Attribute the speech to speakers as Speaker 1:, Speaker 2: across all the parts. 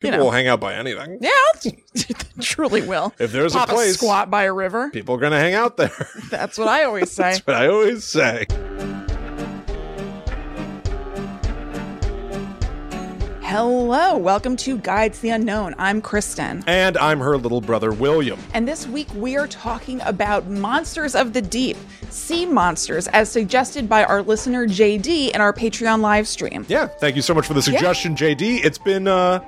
Speaker 1: People
Speaker 2: know.
Speaker 1: will hang out by anything.
Speaker 2: Yeah, truly will.
Speaker 1: If there's
Speaker 2: Pop
Speaker 1: a place,
Speaker 2: squat by a river.
Speaker 1: people are going to hang out there.
Speaker 2: That's what I always say.
Speaker 1: That's what I always say.
Speaker 2: Hello, welcome to Guides the Unknown. I'm Kristen.
Speaker 1: And I'm her little brother, William.
Speaker 2: And this week we are talking about monsters of the deep, sea monsters, as suggested by our listener JD in our Patreon live stream.
Speaker 1: Yeah, thank you so much for the suggestion, JD. It's been uh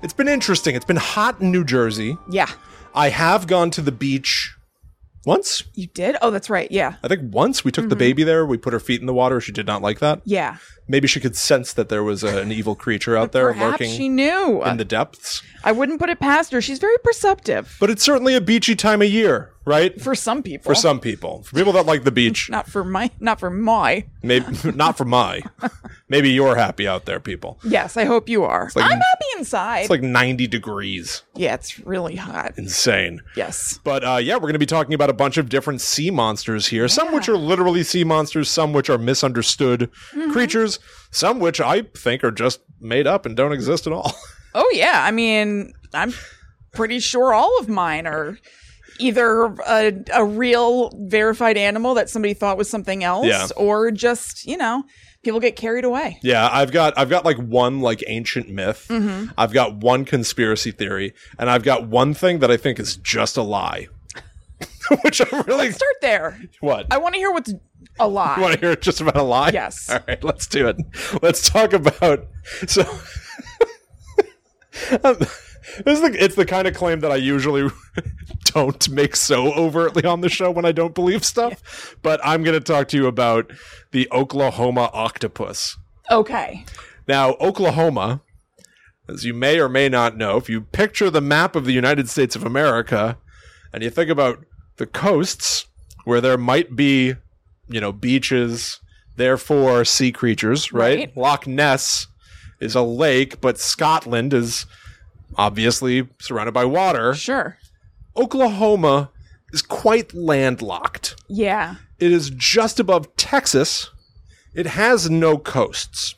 Speaker 1: it's been interesting. It's been hot in New Jersey.
Speaker 2: Yeah.
Speaker 1: I have gone to the beach once.
Speaker 2: You did? Oh, that's right. Yeah.
Speaker 1: I think once we took
Speaker 2: Mm-hmm.
Speaker 1: the baby there, we put her feet in the water. She did not like that.
Speaker 2: Yeah.
Speaker 1: Maybe she could sense that there was uh an evil creature out there
Speaker 2: Perhaps
Speaker 1: lurking
Speaker 2: she knew.
Speaker 1: in the depths.
Speaker 2: I wouldn't put it past her. She's very perceptive
Speaker 1: But it's certainly a beachy time of year, right?
Speaker 2: for some people.
Speaker 1: For some people, for people that like the beach,
Speaker 2: Not for my, not for my.
Speaker 1: maybe not for my. Maybe you're happy out there, people.
Speaker 2: Yes, I hope you are.
Speaker 1: like-
Speaker 2: I'm happy inside.
Speaker 1: It's like 90 degrees.
Speaker 2: yeah, it's really hot.
Speaker 1: Insane.
Speaker 2: Yes.
Speaker 1: But uh, yeah, we're going to be talking about a bunch of different sea monsters here. Some which are literally sea monsters, some which are misunderstood creatures, some which I think are just made up and don't exist at all.
Speaker 2: Oh yeah, I mean, I'm pretty sure all of mine are either a, a real verified animal that somebody thought was something else,
Speaker 1: Yeah.
Speaker 2: or just you know, people get carried away.
Speaker 1: yeah, I've got I've got like one like ancient myth. I've got one conspiracy theory, and I've got one thing that I think is just a lie. which I'm really
Speaker 2: Start there.
Speaker 1: what
Speaker 2: I want to hear what's a lie.
Speaker 1: want to hear just about a lie?
Speaker 2: Yes.
Speaker 1: All right, let's do it. Let's talk about so. Um, this is the, it's the kind of claim that I usually don't make so overtly on the show when I don't believe stuff, but I'm going to talk to you about the Oklahoma octopus.
Speaker 2: Okay.
Speaker 1: Now, Oklahoma, as you may or may not know, if you picture the map of the United States of America and you think about the coasts where there might be, you know, beaches, therefore sea creatures, right?
Speaker 2: Right.
Speaker 1: Loch Ness is a lake, but Scotland is obviously surrounded by water.
Speaker 2: Sure.
Speaker 1: Oklahoma is quite landlocked.
Speaker 2: Yeah.
Speaker 1: It is just above Texas. It has no coasts.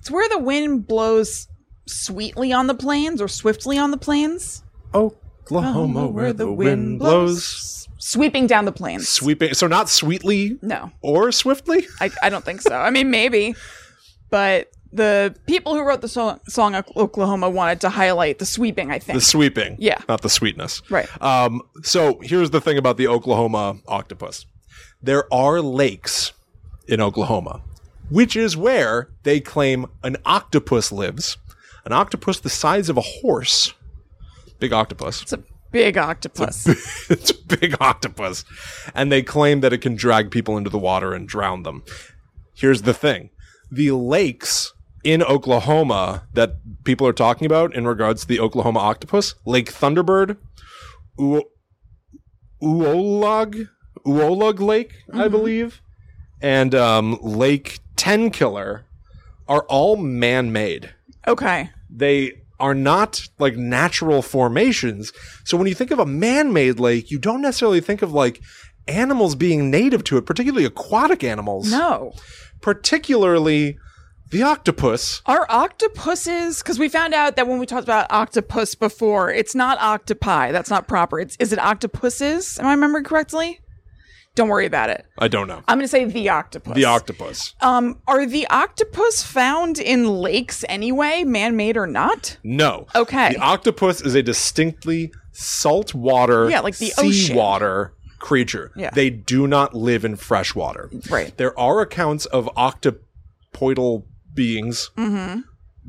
Speaker 2: It's where the wind blows sweetly on the plains or swiftly on the plains. Oh,
Speaker 1: Oklahoma, Oh, where the wind blows.
Speaker 2: Sweeping down the plains.
Speaker 1: Sweeping. So, not sweetly
Speaker 2: no.
Speaker 1: or swiftly?
Speaker 2: I, I don't think so. I mean, maybe, but the people who wrote the song, song Ok- Oklahoma wanted to highlight the sweeping. I think.
Speaker 1: The sweeping.
Speaker 2: Yeah.
Speaker 1: Not the sweetness.
Speaker 2: Right.
Speaker 1: Um, so, here's the thing about the Oklahoma octopus there are lakes in Oklahoma, which is where they claim an octopus lives. An octopus the size of a horse. Big octopus.
Speaker 2: it's a big octopus.
Speaker 1: it's a big octopus. And they claim that it can drag people into the water and drown them. Here's the thing the lakes in Oklahoma that people are talking about in regards to the Oklahoma octopus, Lake Thunderbird, U- Uolog, Uolog Lake, I believe, and um, Lake Ten Killer are all man made
Speaker 2: okay.
Speaker 1: they are not like natural formations. So when you think of a man-made lake, you don't necessarily think of like animals being native to it, particularly aquatic animals.
Speaker 2: No,
Speaker 1: Particularly the octopus.
Speaker 2: are octopuses? Because we found out that when we talked about octopus before, it's not octopi. That's not proper. It's is it octopuses? Am I remembering correctly? Don't worry about it.
Speaker 1: I don't know.
Speaker 2: I'm going to say the octopus.
Speaker 1: The octopus.
Speaker 2: um, are the octopus found in lakes anyway, man-made or not?
Speaker 1: No.
Speaker 2: Okay.
Speaker 1: The octopus is a distinctly saltwater,
Speaker 2: Yeah, like the ocean.
Speaker 1: seawater creature.
Speaker 2: Yeah.
Speaker 1: They do not live in freshwater.
Speaker 2: Right.
Speaker 1: There are accounts of octopoidal beings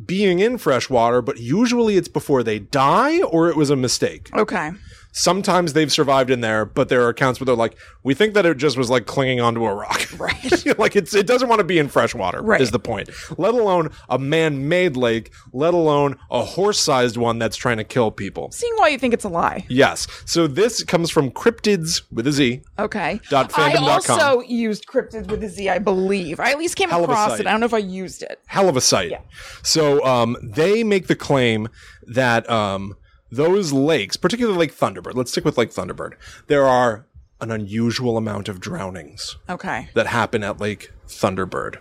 Speaker 1: being in freshwater, but usually it's before they die or it was a mistake.
Speaker 2: Okay.
Speaker 1: Sometimes they've survived in there, but there are accounts where they're like, we think that it just was like clinging onto a rock. Right. like it's, it doesn't want to be in freshwater,
Speaker 2: Right.
Speaker 1: is the point. Let alone a man made lake, let alone a horse sized one that's trying to kill people.
Speaker 2: Seeing why you think it's a lie.
Speaker 1: Yes. So this comes from cryptids with a Z.
Speaker 2: Okay.
Speaker 1: Dot
Speaker 2: I
Speaker 1: fandom dot com.
Speaker 2: also used cryptids with a Z, I believe. I at least came
Speaker 1: Hell of a
Speaker 2: across
Speaker 1: site.
Speaker 2: it. I don't know if I used it.
Speaker 1: hell of a sight. So um, they make the claim that um, those lakes, particularly Lake Thunderbird, let's stick with Lake Thunderbird, there are an unusual amount of drownings
Speaker 2: Okay.
Speaker 1: that happen at Lake Thunderbird.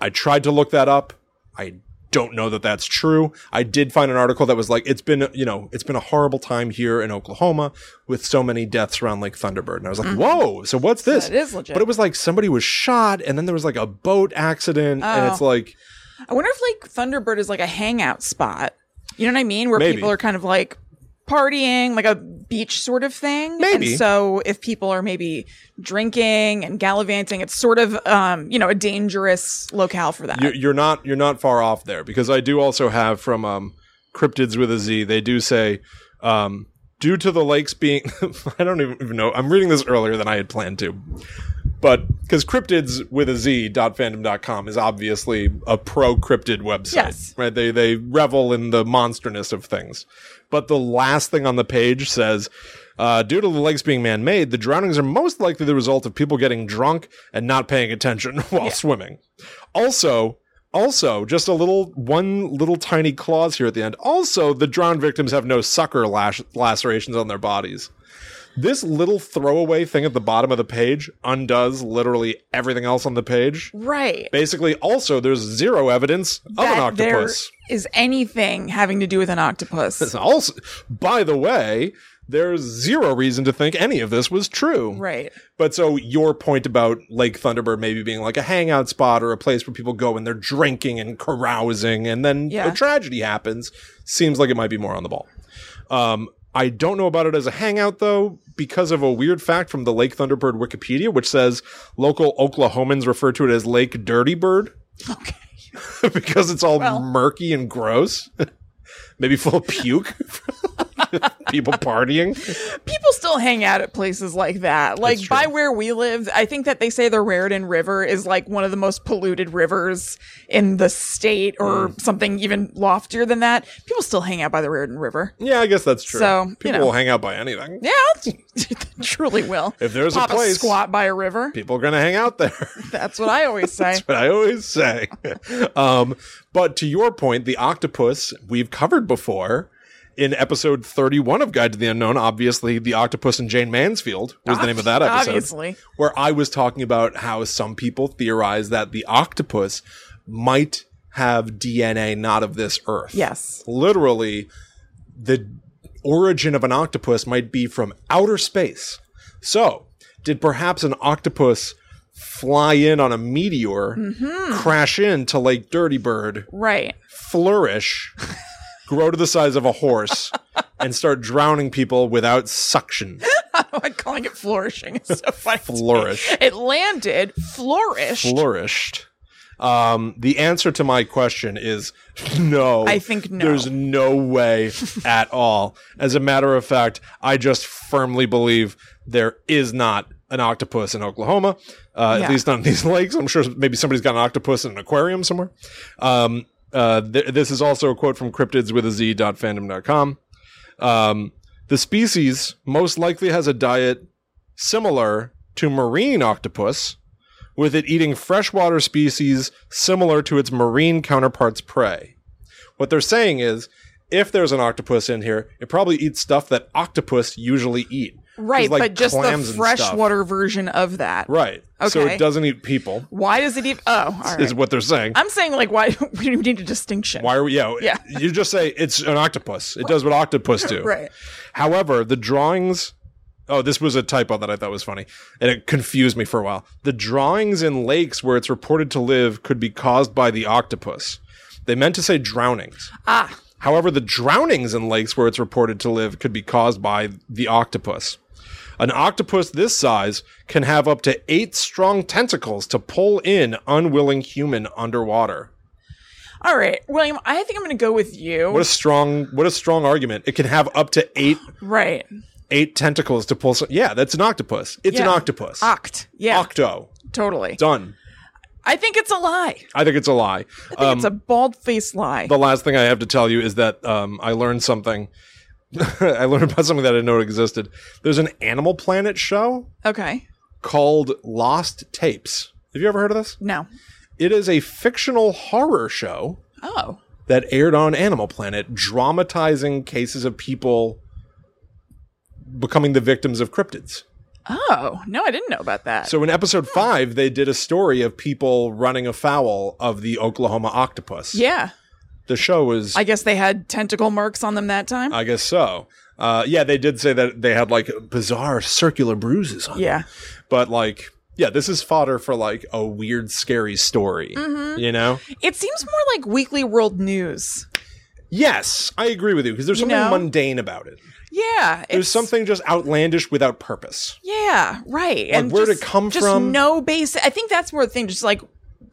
Speaker 1: I tried to look that up. I don't know that that's true. I did find an article that was like, it's been, you know, it's been a horrible time here in Oklahoma with so many deaths around Lake Thunderbird. And I was like, whoa, so what's this?
Speaker 2: That is legit.
Speaker 1: But it was like somebody was shot and then there was like a boat accident. And it's like,
Speaker 2: I wonder if like Thunderbird is like a hangout spot. You know what I mean? Where
Speaker 1: Maybe.
Speaker 2: people are kind of like partying, like a beach sort of thing.
Speaker 1: Maybe.
Speaker 2: And so if people are maybe drinking and gallivanting, it's sort of um, you know, a dangerous locale for that.
Speaker 1: you're, you're not you're not far off there because I do also have from um, cryptids with a Z. They do say um, due to the lakes being I don't even know. I'm reading this earlier than I had planned to, but because cryptids with a Z dot fandom.com is obviously a pro cryptid website,
Speaker 2: Yes.
Speaker 1: right? They they revel in the monsterness of things, but the last thing on the page says. Uh, due to the lakes being man-made, the drownings are most likely the result of people getting drunk and not paying attention while swimming. Also, also, just a little one little tiny clause here at the end. Also, the drowned victims have no sucker lash, lacerations on their bodies. This little throwaway thing at the bottom of the page undoes literally everything else on the page.
Speaker 2: right.
Speaker 1: Basically, also, there's zero evidence of an
Speaker 2: That there
Speaker 1: octopus.
Speaker 2: is anything having to do with an octopus.
Speaker 1: Also, by the way, there's zero reason to think any of this was true.
Speaker 2: right.
Speaker 1: But so your point about Lake Thunderbird maybe being like a hangout spot or a place where people go and they're drinking and carousing and then
Speaker 2: Yeah.
Speaker 1: a tragedy happens seems like it might be more on the ball. Um, I don't know about it as a hangout though because of a weird fact from the Lake Thunderbird Wikipedia which says local Oklahomans refer to it as Lake Dirty Bird
Speaker 2: Okay.
Speaker 1: because it's all
Speaker 2: Well.
Speaker 1: murky and gross. maybe full of puke. people partying.
Speaker 2: people still hang out at places like that. Like
Speaker 1: That's true.
Speaker 2: by where we live, I think that they say the Raritan River is like one of the most polluted rivers in the state
Speaker 1: Hmm.
Speaker 2: or something even loftier than that. People still hang out by the Raritan River.
Speaker 1: Yeah, I guess that's true.
Speaker 2: So, you
Speaker 1: people
Speaker 2: know.
Speaker 1: will hang out by anything.
Speaker 2: Yeah, they truly will.
Speaker 1: If there's a
Speaker 2: Pop
Speaker 1: place-
Speaker 2: squat by a river.
Speaker 1: People are going to hang out there.
Speaker 2: That's what I always say.
Speaker 1: That's what I always say. um, but to your point, the octopus we've covered before in episode 31 of Guide to the Unknown. Obviously, the octopus and Jane Mansfield was the name of that episode.
Speaker 2: Obviously.
Speaker 1: Where I was talking about how some people theorize that the octopus might have DNA not of this earth.
Speaker 2: Yes.
Speaker 1: Literally, the origin of an octopus might be from outer space. So, did perhaps an octopus fly in on a meteor, crash into Lake Dirty Bird,
Speaker 2: Right.
Speaker 1: flourish, grow to the size of a horse, and start drowning people without suction?
Speaker 2: I'm calling it flourishing. It's so funny. to me.
Speaker 1: Flourish.
Speaker 2: It landed, flourished.
Speaker 1: Flourished. Um, the answer to my question is no.
Speaker 2: I think no.
Speaker 1: There's no way at all. As a matter of fact, I just firmly believe there is not an octopus in Oklahoma, uh,
Speaker 2: Yeah.
Speaker 1: at least not in these lakes. I'm sure maybe somebody's got an octopus in an aquarium somewhere. Um, uh, th- this is also a quote from cryptids with a z.fandom.com. Um, the species most likely has a diet similar to marine octopus, with it eating freshwater species similar to its marine counterparts' prey. What they're saying is, if there's an octopus in here, it probably eats stuff that octopus usually eat.
Speaker 2: right,
Speaker 1: Just like
Speaker 2: but just
Speaker 1: clams
Speaker 2: the
Speaker 1: and stuff.
Speaker 2: freshwater version of that.
Speaker 1: Right. So
Speaker 2: Okay.
Speaker 1: it doesn't eat people,
Speaker 2: Why does it even? Oh, all right.
Speaker 1: is what they're saying.
Speaker 2: I'm saying like why we need a distinction.
Speaker 1: Why are we, yeah,
Speaker 2: Yeah.
Speaker 1: you just say it's an octopus. It does what octopus do.
Speaker 2: Right.
Speaker 1: However, the drawings. Oh, this was a typo that I thought was funny, and it confused me for a while. The drawings in lakes where it's reported to live could be caused by the octopus. They meant to say drownings.
Speaker 2: Ah,
Speaker 1: However, the drownings in lakes where it's reported to live could be caused by the octopus. An octopus this size can have up to eight strong tentacles to pull in unwilling human underwater.
Speaker 2: all right, William. I think I'm going to go with you.
Speaker 1: What a strong, what a strong argument! It can have up to eight
Speaker 2: right.
Speaker 1: eight tentacles to pull. Some, yeah, that's an octopus. It's an
Speaker 2: Yeah. Ah.
Speaker 1: octopus.
Speaker 2: Oct. Yeah.
Speaker 1: Octo.
Speaker 2: totally.
Speaker 1: Done.
Speaker 2: I think it's a lie.
Speaker 1: I think it's a lie. Uh,
Speaker 2: I think it's a bald faced lie.
Speaker 1: Um, the last thing I have to tell you is that um, I learned something. I learned about something that I didn't know existed. There's an Animal Planet show
Speaker 2: okay.
Speaker 1: called Lost Tapes. Have you ever heard of this?
Speaker 2: No.
Speaker 1: It is a fictional horror show
Speaker 2: Oh.
Speaker 1: that aired on Animal Planet, dramatizing cases of people becoming the victims of cryptids.
Speaker 2: Oh no, I didn't know about that.
Speaker 1: So in episode five, they did a story of people running afoul of the Oklahoma octopus.
Speaker 2: yeah.
Speaker 1: the show was
Speaker 2: I guess they had tentacle marks on them that time.
Speaker 1: I guess so. Uh, yeah, they did say that they had like bizarre circular bruises on.
Speaker 2: yeah.
Speaker 1: them. But like, yeah, this is fodder for like a weird, scary story.
Speaker 2: Mm-hmm.
Speaker 1: You know?
Speaker 2: It seems more like weekly world news.
Speaker 1: Yes, I agree with you because there's something
Speaker 2: know?
Speaker 1: mundane about it.
Speaker 2: Yeah. It's,
Speaker 1: There's something just outlandish without purpose.
Speaker 2: Yeah, right. and
Speaker 1: where'd it
Speaker 2: just-
Speaker 1: come
Speaker 2: just
Speaker 1: from?
Speaker 2: no base. I think that's where the thing just like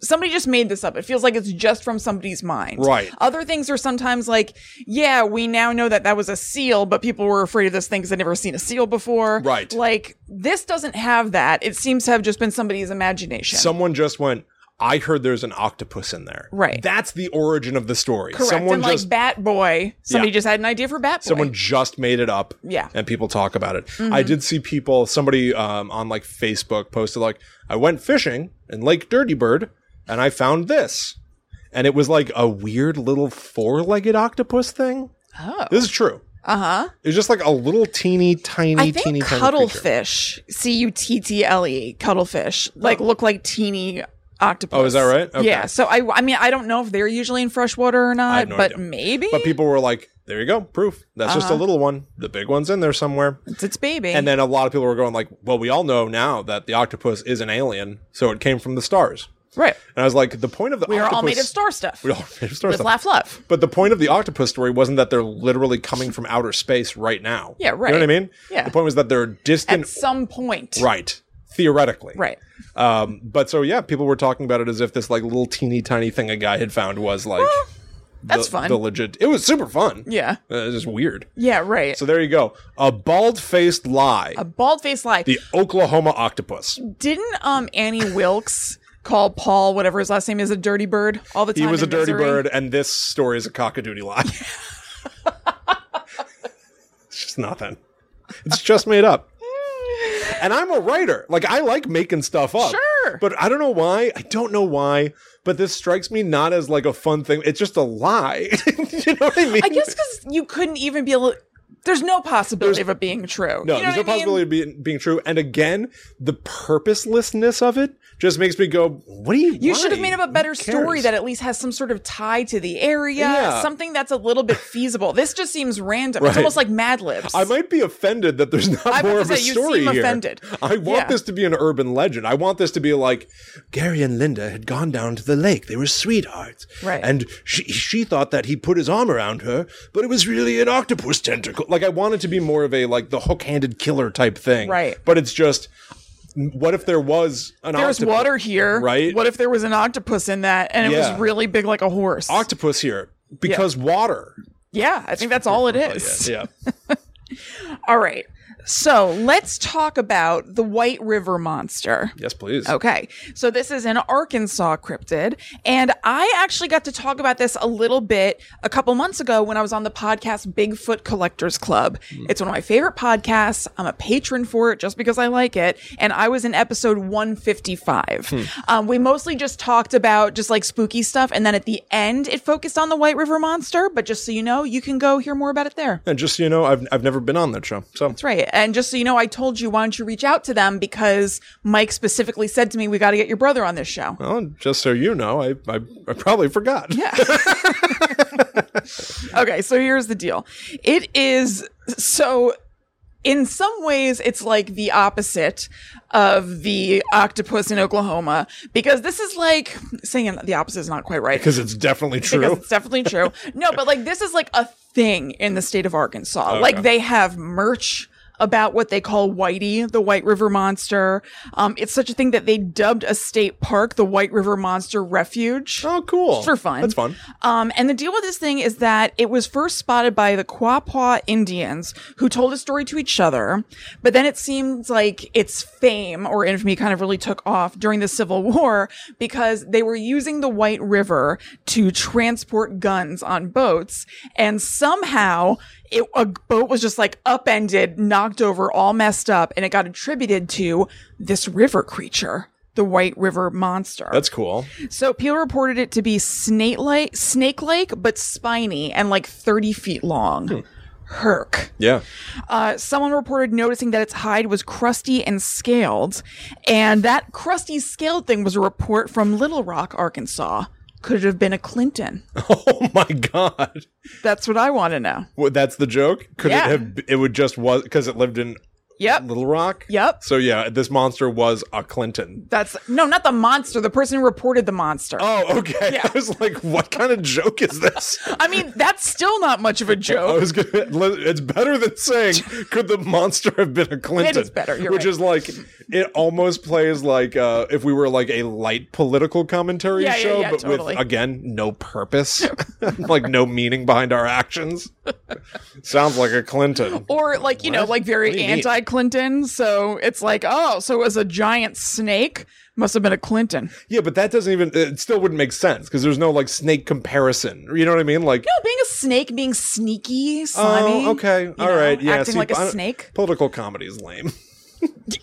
Speaker 2: somebody just made this up. It feels like it's just from somebody's mind.
Speaker 1: Right.
Speaker 2: Other things are sometimes like, yeah, we now know that that was a seal, but people were afraid of this thing because they'd never seen a seal before.
Speaker 1: Right.
Speaker 2: Like this doesn't have that. It seems to have just been somebody's imagination.
Speaker 1: Someone just went. I heard there's an octopus in there.
Speaker 2: Right.
Speaker 1: That's the origin of the story.
Speaker 2: Correct.
Speaker 1: Someone
Speaker 2: and like
Speaker 1: just
Speaker 2: Bat Boy, somebody
Speaker 1: Yeah.
Speaker 2: just had an idea for Bat Boy.
Speaker 1: Someone just made it up.
Speaker 2: Yeah. Mm-hmm.
Speaker 1: And people talk about it. I did see people, somebody um, on like Facebook posted, like, I went fishing in Lake Dirty Bird and I found this. And it was like a weird little four legged octopus thing.
Speaker 2: Oh.
Speaker 1: This is true.
Speaker 2: Uh huh.
Speaker 1: It was just like a little teeny tiny,
Speaker 2: I
Speaker 1: teeny
Speaker 2: think
Speaker 1: tiny creature.
Speaker 2: cuttlefish, C U T T L E, cuttlefish, like look like teeny octopus.
Speaker 1: Oh, is that right? Okay.
Speaker 2: Yeah. So I, I mean, I don't know if they're usually in freshwater or not,
Speaker 1: have no
Speaker 2: but
Speaker 1: idea.
Speaker 2: maybe
Speaker 1: But people were like, there you go, proof. That's just
Speaker 2: Uh-huh.
Speaker 1: a little one. The big one's in there somewhere.
Speaker 2: it's its baby.
Speaker 1: And then a lot of people were going like, well, we all know now that the octopus is an alien, so it came from the stars.
Speaker 2: right.
Speaker 1: And I was like, the point of the
Speaker 2: We are all
Speaker 1: octopus-
Speaker 2: made of star stuff.
Speaker 1: We all are made of star
Speaker 2: With
Speaker 1: stuff.
Speaker 2: laugh, love.
Speaker 1: But the point of the octopus story wasn't that they're literally coming from outer space right now.
Speaker 2: Yeah,
Speaker 1: You know what I
Speaker 2: right.
Speaker 1: mean?
Speaker 2: Yeah.
Speaker 1: The point was that they're distant,
Speaker 2: At some point.
Speaker 1: right? Theoretically,
Speaker 2: Right.
Speaker 1: Um, but so yeah, people were talking about it as if this like little teeny tiny thing a guy had found was like
Speaker 2: That's
Speaker 1: the,
Speaker 2: fun.
Speaker 1: the legit. It was super fun.
Speaker 2: Yeah.
Speaker 1: Uh, it was just weird.
Speaker 2: Yeah. Right.
Speaker 1: So there you go. A bald faced lie.
Speaker 2: a bald faced lie.
Speaker 1: the Oklahoma octopus.
Speaker 2: Didn't um Annie Wilkes call Paul whatever his last name is a dirty bird all the time?
Speaker 1: He was a
Speaker 2: in
Speaker 1: dirty
Speaker 2: Missouri?
Speaker 1: bird, and this story is a cockadoodie lie. it's just nothing. It's just made up. And I'm a writer. Like I like making stuff up.
Speaker 2: Sure.
Speaker 1: But I don't know why. I don't know why. But this strikes me not as like a fun thing. It's just a lie. you know what I mean?
Speaker 2: I guess because you couldn't even be able. There's no possibility of it being true.
Speaker 1: No, there's
Speaker 2: You know
Speaker 1: no
Speaker 2: what I mean?
Speaker 1: possibility of being, being true. And again, the purposelessness of it just makes me go, "What do you?
Speaker 2: You should have made up a better story that
Speaker 1: It-
Speaker 2: at least has some sort of tie to the area,
Speaker 1: Yeah.
Speaker 2: something that's a little bit feasible. This just seems random.
Speaker 1: Right.
Speaker 2: It's almost like Mad Libs.
Speaker 1: I might be offended that there's not more
Speaker 2: I was gonna
Speaker 1: of a
Speaker 2: say, you
Speaker 1: story
Speaker 2: seem
Speaker 1: here.
Speaker 2: offended.
Speaker 1: I want
Speaker 2: Yeah.
Speaker 1: this to be an urban legend. I want this to be like Gary and Linda had gone down to the lake. They were sweethearts.
Speaker 2: Right.
Speaker 1: And she she thought that he put his arm around her, but it was really an octopus tentacle. Like I want it to be more of a like the hook-handed killer type thing.
Speaker 2: Right.
Speaker 1: But it's just what if there was an
Speaker 2: There's
Speaker 1: octopus?
Speaker 2: water here.
Speaker 1: Right?
Speaker 2: What if there was an octopus in that and it
Speaker 1: Yeah.
Speaker 2: was really big like a horse?
Speaker 1: octopus here because water.
Speaker 2: yeah, I think that's all it is.
Speaker 1: Yeah.
Speaker 2: All right. So let's talk about the White River Monster.
Speaker 1: yes, please.
Speaker 2: Okay. So this is an Arkansas cryptid. And I actually got to talk about this a little bit a couple months ago when I was on the podcast Bigfoot Collectors Club. It's one of my favorite podcasts. I'm a patron for it just because I like it. And I was in episode 155. Um, we mostly just talked about just like spooky stuff. And then at the end, it focused on the White River Monster. But just so you know, you can go hear more about it there.
Speaker 1: And just so you know, I've I've never been on that show. So
Speaker 2: That's right. And just so you know, I told you, why don't you reach out to them? Because Mike specifically said to me, we got to get your brother on this show.
Speaker 1: well, just so you know, I I, I probably forgot. Yeah.
Speaker 2: Okay, so here's the deal. It is so in some ways it's like the opposite of the octopus in Oklahoma because this is like saying the opposite is not quite right.
Speaker 1: Because it's definitely
Speaker 2: because
Speaker 1: true.
Speaker 2: it's definitely true. No, but like this is like a thing in the state of Arkansas. Like they have merch about what they call Whitey, the White River Monster. Um, it's such a thing that they dubbed a state park the White River Monster Refuge.
Speaker 1: Oh, cool.
Speaker 2: It's for fun.
Speaker 1: That's fun.
Speaker 2: Um, and the deal with this thing is that it was first spotted by the Quapaw Indians who told a story to each other, but then it seems like its fame or infamy kind of really took off during the Civil War because they were using the White River to transport guns on boats. And somehow it, a boat was just like upended, knocked over, all messed up, and it got attributed to this river creature. The White River Monster.
Speaker 1: That's cool.
Speaker 2: So people reported it to be snake like, snake like, but spiny and like 30 feet long. Herc.
Speaker 1: Yeah.
Speaker 2: Uh, someone reported noticing that its hide was crusty and scaled, and that crusty scaled thing was a report from Little Rock, Arkansas. Could it have been a Clinton?
Speaker 1: Oh my god.
Speaker 2: That's what I want to know.
Speaker 1: Well, that's the joke? Could
Speaker 2: Yeah.
Speaker 1: it have it would just was because it lived in
Speaker 2: Yep.
Speaker 1: Little Rock?
Speaker 2: Yep.
Speaker 1: So yeah, this monster was a Clinton.
Speaker 2: That's no, not the monster. The person who reported the monster.
Speaker 1: Oh, okay.
Speaker 2: Yeah.
Speaker 1: I was like, what kind of joke is this?
Speaker 2: I mean, that's still not much of a
Speaker 1: I
Speaker 2: joke.
Speaker 1: was gonna. It's better than saying, "Could the monster have been a Clinton?"
Speaker 2: is better, you're
Speaker 1: which
Speaker 2: right.
Speaker 1: is like it almost plays like uh, if we were like a light political commentary
Speaker 2: Yeah, yeah,
Speaker 1: show,
Speaker 2: yeah,
Speaker 1: but
Speaker 2: totally.
Speaker 1: with again no purpose, like no meaning behind our actions. Sounds like a Clinton.
Speaker 2: Or like you know,
Speaker 1: What?
Speaker 2: like
Speaker 1: What
Speaker 2: very
Speaker 1: do you mean?
Speaker 2: anti-Clinton. So it's like, oh, so it was a giant snake. Must have been a Clinton.
Speaker 1: Yeah, but that doesn't even. It still wouldn't make sense because there's no like snake comparison. You know what I mean? Like.
Speaker 2: No, being a snake, being sneaky, slimy.
Speaker 1: Oh, okay.
Speaker 2: you
Speaker 1: all right.
Speaker 2: know,
Speaker 1: Yeah.
Speaker 2: acting
Speaker 1: see,
Speaker 2: like a
Speaker 1: I don't-
Speaker 2: snake.
Speaker 1: Political comedy is lame.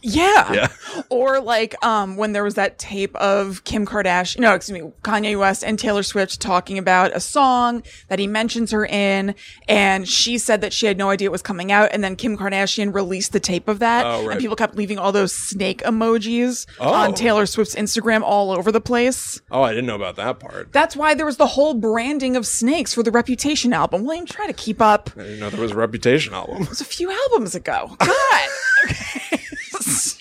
Speaker 2: Yeah.
Speaker 1: Yeah.
Speaker 2: Or like um when there was that tape of Kim Kardashian, no, excuse me, Kanye West and Taylor Swift talking about a song that he mentions her in and she said that she had no idea it was coming out and then Kim Kardashian released the tape of that
Speaker 1: Oh, right.
Speaker 2: and people kept leaving all those snake emojis
Speaker 1: Oh.
Speaker 2: on Taylor Swift's Instagram all over the place.
Speaker 1: Oh, I didn't know about that part.
Speaker 2: That's why there was the whole branding of snakes for the Reputation album. William, try to keep up. It
Speaker 1: I didn't know there was a Reputation album.
Speaker 2: was a few albums ago. God.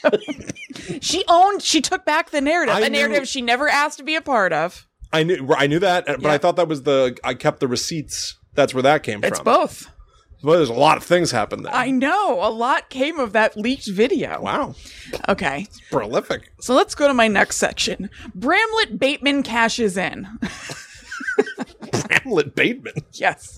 Speaker 2: Okay. So, she owned, she took back the narrative,
Speaker 1: I
Speaker 2: a
Speaker 1: knew-
Speaker 2: narrative she never asked to be a part of.
Speaker 1: I knew I knew that, but
Speaker 2: Yeah.
Speaker 1: I thought that was the I kept the receipts. That's where that came
Speaker 2: It's
Speaker 1: from.
Speaker 2: both.
Speaker 1: Well, there's a lot of things happened there.
Speaker 2: I know. A lot came of that leaked video.
Speaker 1: wow,
Speaker 2: Okay.
Speaker 1: prolific.
Speaker 2: So let's go to my next section. Bramlett Bateman cashes in.
Speaker 1: Hamlet Bateman.
Speaker 2: yes.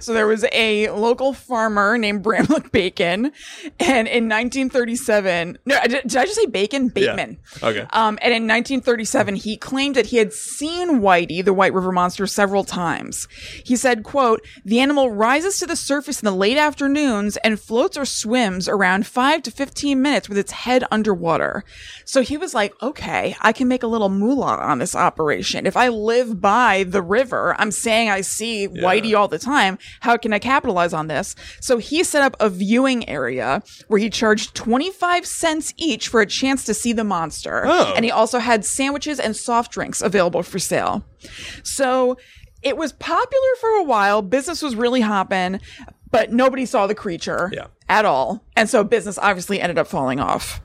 Speaker 2: So there was a local farmer named Bramlett Bacon. And in 1937, no, I did, did I just say Bacon? Bateman.
Speaker 1: Okay.
Speaker 2: Um, and in 1937, he claimed that he had seen Whitey, the White River Monster, several times. He said, quote, the animal rises to the surface in the late afternoons and floats or swims around five to 15 minutes with its head underwater. So he was like, okay, I can make a little moolah on this operation. If I live by the river, I'm saying I see Whitey all the time. How can I capitalize on this? So he set up a viewing area where he charged 25 cents each for a chance to see the monster.
Speaker 1: Oh.
Speaker 2: And he also had sandwiches and soft drinks available for sale. So it was popular for a while. Business was really hopping, but nobody saw the creature
Speaker 1: Yeah.
Speaker 2: at all. And so business obviously ended up falling off.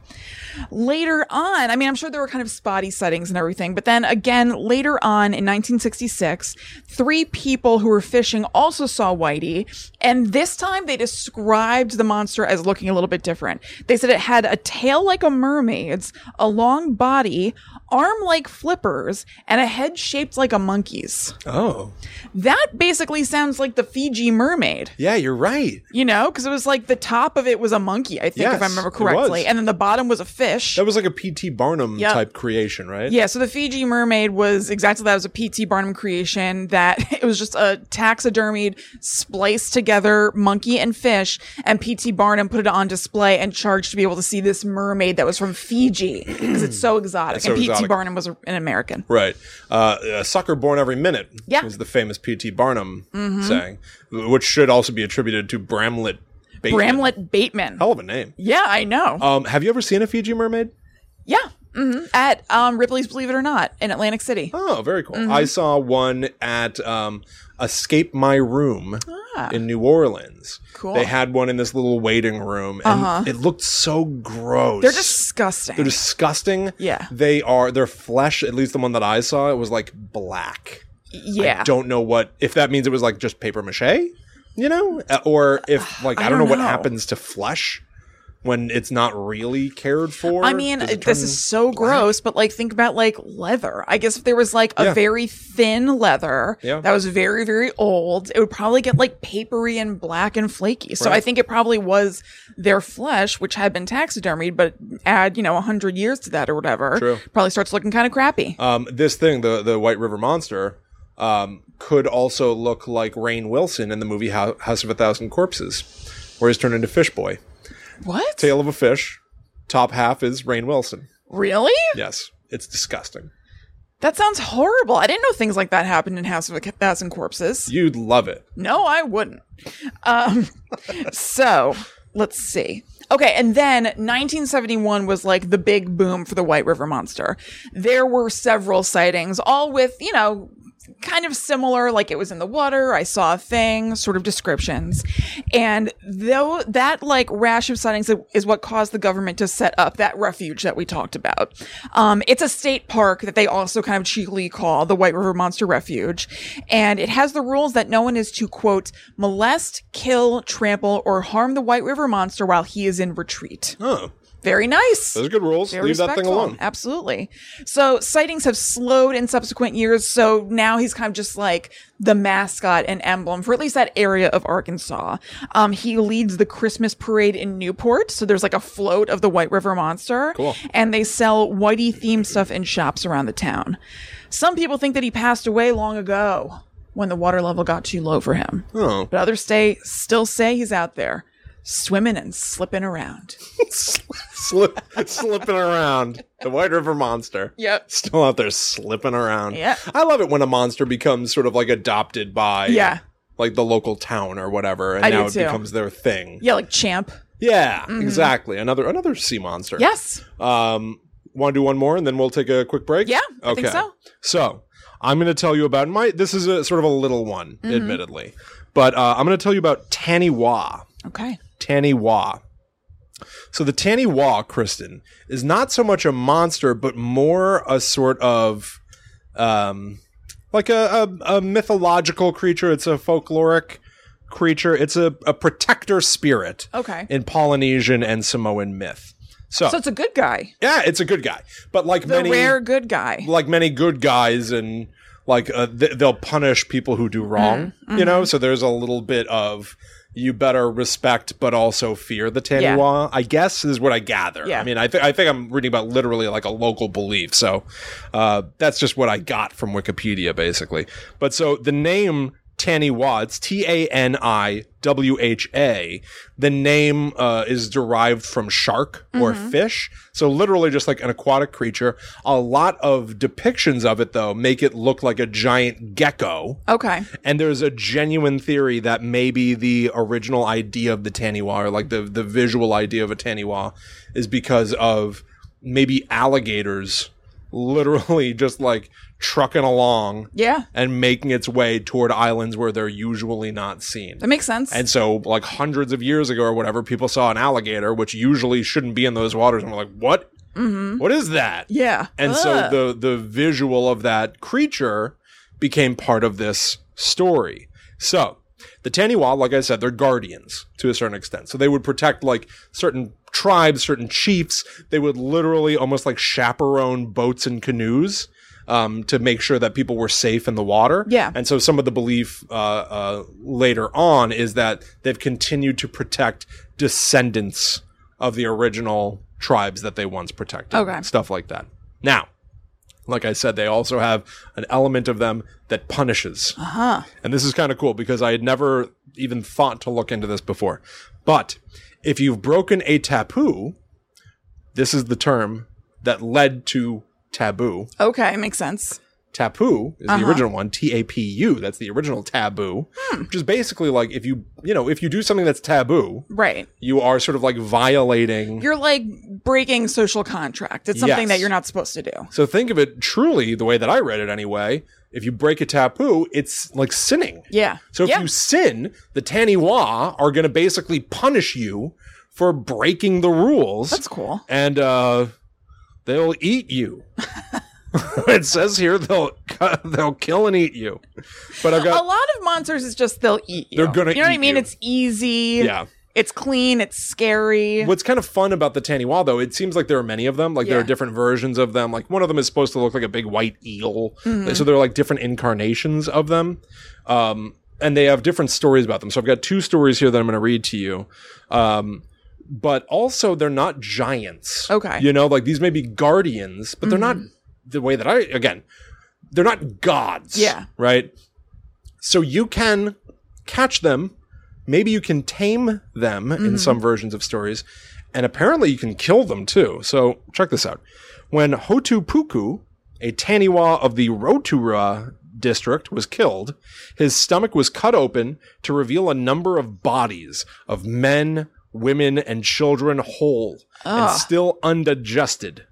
Speaker 2: Later on, I mean, I'm sure there were kind of spotty sightings and everything, but then again, later on in 1966, three people who were fishing also saw Whitey, and this time they described the monster as looking a little bit different. They said it had a tail like a mermaid's, a long body, arm like flippers, and a head shaped like a monkey's.
Speaker 1: oh,
Speaker 2: That basically sounds like the Fiji mermaid
Speaker 1: yeah, you're right.
Speaker 2: you know, because it was like the top of it was a monkey, I think, if I
Speaker 1: Yes,
Speaker 2: remember
Speaker 1: it was.
Speaker 2: correctly, and then the bottom was a fish.
Speaker 1: That was like a P.T. Barnum
Speaker 2: Yep.
Speaker 1: type creation, right?
Speaker 2: Yeah, so the Fiji mermaid was exactly that. It was a P.T. Barnum creation that it was just a taxidermied, spliced together monkey and fish, and P.T. Barnum put it on display and charged to be able to see this mermaid that was from Fiji because it's so exotic.
Speaker 1: so
Speaker 2: and P.T.
Speaker 1: exotic.
Speaker 2: Barnum was a- an American.
Speaker 1: Right. Uh, a sucker born every minute
Speaker 2: Yeah. Mm-hmm.
Speaker 1: is the famous P.T. Barnum saying, which should also be attributed to Bramlett Bateman.
Speaker 2: Bramlett Bateman.
Speaker 1: Hell of a name.
Speaker 2: Yeah, I know.
Speaker 1: Um, have you ever seen a Fiji mermaid?
Speaker 2: yeah. hmm At um, Ripley's Believe It or Not in Atlantic City.
Speaker 1: Oh, very cool. I
Speaker 2: Mm-hmm.
Speaker 1: saw one at um, Escape My Room in New Orleans.
Speaker 2: Ah. Cool. Uh-huh.
Speaker 1: They had one in this little waiting room, and it looked so gross.
Speaker 2: They're disgusting.
Speaker 1: They're disgusting.
Speaker 2: Yeah.
Speaker 1: They are, their flesh, at least the one that I saw, it was like black.
Speaker 2: yeah.
Speaker 1: Don't know what, if that means it was like just paper mache, you know? Uh, Or if, like, I, don't know,
Speaker 2: don't
Speaker 1: what
Speaker 2: know.
Speaker 1: happens to flesh when it's not really cared for.
Speaker 2: I mean,
Speaker 1: Does it
Speaker 2: this
Speaker 1: turn-
Speaker 2: is so gross, but like, think about like leather. I guess if there was like a
Speaker 1: Yeah.
Speaker 2: very thin leather
Speaker 1: Yeah.
Speaker 2: that was very, very old, it would probably get like papery and black and flaky. So I
Speaker 1: Right.
Speaker 2: think it probably was their flesh, which had been taxidermied, but add, you know, 100 years to that or whatever,
Speaker 1: True.
Speaker 2: probably starts looking kind of crappy.
Speaker 1: um, this thing, the the White River Monster, um, could also look like Rain Wilson in the movie Hou- House of a Thousand Corpses, where he's turned into Fish Boy.
Speaker 2: what?
Speaker 1: Tail of a fish, top half is Rain Wilson.
Speaker 2: really?
Speaker 1: Yes, it's disgusting.
Speaker 2: That sounds horrible. I didn't know things like that happened in House of a Thousand Corpses.
Speaker 1: You'd love it.
Speaker 2: No, I wouldn't. Um, so let's see. Okay, and then 1971 was like the big boom for the White River Monster. There were several sightings, all with, you know, kind of similar, like it was in the water, I saw a thing, sort of descriptions. And though that like rash of sightings is what caused the government to set up that refuge that we talked about. Um, it's a state park that they also kind of cheekily call the White River Monster Refuge. And it has the rules that no one is to quote, molest, kill, trample, or harm the White River Monster while he is in retreat.
Speaker 1: Oh,
Speaker 2: Very nice.
Speaker 1: those are good rules.
Speaker 2: They're
Speaker 1: Leave that thing
Speaker 2: respectful.
Speaker 1: alone.
Speaker 2: Absolutely. So sightings have slowed in subsequent years. So now he's kind of just like the mascot and emblem for at least that area of Arkansas. Um, he leads the Christmas parade in Newport. So there's like a float of the White River Monster.
Speaker 1: Cool.
Speaker 2: And they sell Whitey themed stuff in shops around the town. Some people think that he passed away long ago when the water level got too low for him.
Speaker 1: Oh,
Speaker 2: But others say, still say he's out there swimming and slipping around.
Speaker 1: Slip, slipping around. The White River Monster.
Speaker 2: Yep.
Speaker 1: Still out there slipping around.
Speaker 2: Yep.
Speaker 1: I love it when a monster becomes sort of like adopted by
Speaker 2: Yeah.
Speaker 1: like the local town or whatever, and
Speaker 2: I do
Speaker 1: now it
Speaker 2: too.
Speaker 1: becomes their thing.
Speaker 2: Yeah, like champ.
Speaker 1: Yeah,
Speaker 2: Mm-hmm.
Speaker 1: exactly. Another another sea monster.
Speaker 2: Yes.
Speaker 1: Um, want to do one more, and then we'll take a quick break.
Speaker 2: Yeah, I think so.
Speaker 1: So I'm going to tell you about my. This is a sort of a little one,
Speaker 2: Mm-hmm.
Speaker 1: admittedly, but uh, I'm going to tell you about Tanny Wah.
Speaker 2: Okay.
Speaker 1: Tanny Wah. So the Tanny Wah, Kristen, is not so much a monster, but more a sort of, um, like a, a, a mythological creature. It's a folkloric creature. It's a, a protector spirit
Speaker 2: Okay.
Speaker 1: in Polynesian and Samoan myth. So,
Speaker 2: so it's a good guy.
Speaker 1: yeah, it's a good guy, but like
Speaker 2: The
Speaker 1: many
Speaker 2: rare good guy.
Speaker 1: like many good guys and like uh, th- they'll punish people who do wrong
Speaker 2: Mm-hmm.
Speaker 1: you know so there's a little bit of you better respect but also fear the
Speaker 2: Yeah.
Speaker 1: Taniwa, i guess is what i gather
Speaker 2: Yeah.
Speaker 1: i mean I, th- I think i'm reading about literally like a local belief so uh, that's just what i got from wikipedia basically but so the name Taniwa, it's T-A-N-I-W-H-A. The name uh, is derived from shark or
Speaker 2: Mm-hmm.
Speaker 1: fish. So literally just like an aquatic creature. A lot of depictions of it though make it look like a giant gecko.
Speaker 2: Okay.
Speaker 1: And there's a genuine theory that maybe the original idea of the Taniwa, or like the, the visual idea of a Taniwa, is because of maybe alligators literally just like trucking along
Speaker 2: Yeah.
Speaker 1: and making its way toward islands where they're usually not seen.
Speaker 2: That makes sense.
Speaker 1: And so, like hundreds of years ago or whatever, people saw an alligator, which usually shouldn't be in those waters, and were like, "What? What is that?"
Speaker 2: yeah.
Speaker 1: And
Speaker 2: Ugh.
Speaker 1: so the the visual of that creature became part of this story. So the Taniwa, like I said, they're guardians to a certain extent. So they would protect like certain tribes, certain chiefs. They would literally almost like chaperone boats and canoes um, to make sure that people were safe in the water.
Speaker 2: Yeah.
Speaker 1: And so some of the belief uh, uh, later on is that they've continued to protect descendants of the original tribes that they once protected.
Speaker 2: Okay.
Speaker 1: Stuff like that. Now, like I said, they also have an element of them that punishes. Uh-huh. And this is kind of cool because I had never even thought to look into this before. But if you've broken a taboo, this is the term that led to taboo.
Speaker 2: okay, makes sense.
Speaker 1: Tapu is the original one. T A P U. That's the original taboo, which is basically like if you you know if you do something that's taboo,
Speaker 2: Right.
Speaker 1: you are sort of like violating.
Speaker 2: You're like breaking social contract. It's something
Speaker 1: Yes.
Speaker 2: that you're not supposed to do.
Speaker 1: so think of it truly the way that I read it anyway. If you break a taboo, it's like sinning.
Speaker 2: Yeah.
Speaker 1: So if
Speaker 2: yeah.
Speaker 1: you sin, the Taniwa are going to basically punish you for breaking the rules.
Speaker 2: That's cool.
Speaker 1: and uh, they'll eat you. it says here they'll they'll kill and eat you. But I've
Speaker 2: A
Speaker 1: got
Speaker 2: lot of monsters is just they'll eat you.
Speaker 1: They're gonna
Speaker 2: You know what I
Speaker 1: eat
Speaker 2: mean?
Speaker 1: you.
Speaker 2: It's easy.
Speaker 1: yeah.
Speaker 2: It's clean. It's scary.
Speaker 1: What's kind of fun about the Taniwa though, it seems like there are many of them. Like there
Speaker 2: Yeah.
Speaker 1: are different versions of them. Like one of them is supposed to look like a big white eel. So there are like different incarnations of them. Um, and they have different stories about them. So I've got two stories here that I'm going to read to you. Um, but also they're not giants.
Speaker 2: Okay. Mm-hmm.
Speaker 1: You know, like these may be guardians, but they're not the way that I again, they're not gods.
Speaker 2: Yeah.
Speaker 1: Right? So you can catch them. Maybe you can tame them
Speaker 2: Mm-hmm.
Speaker 1: in some versions of stories. And apparently you can kill them too. So check this out. When Hotu Puku, a Taniwa of the Rotura district, was killed, his stomach was cut open to reveal a number of bodies of men, women, and children whole and still undigested.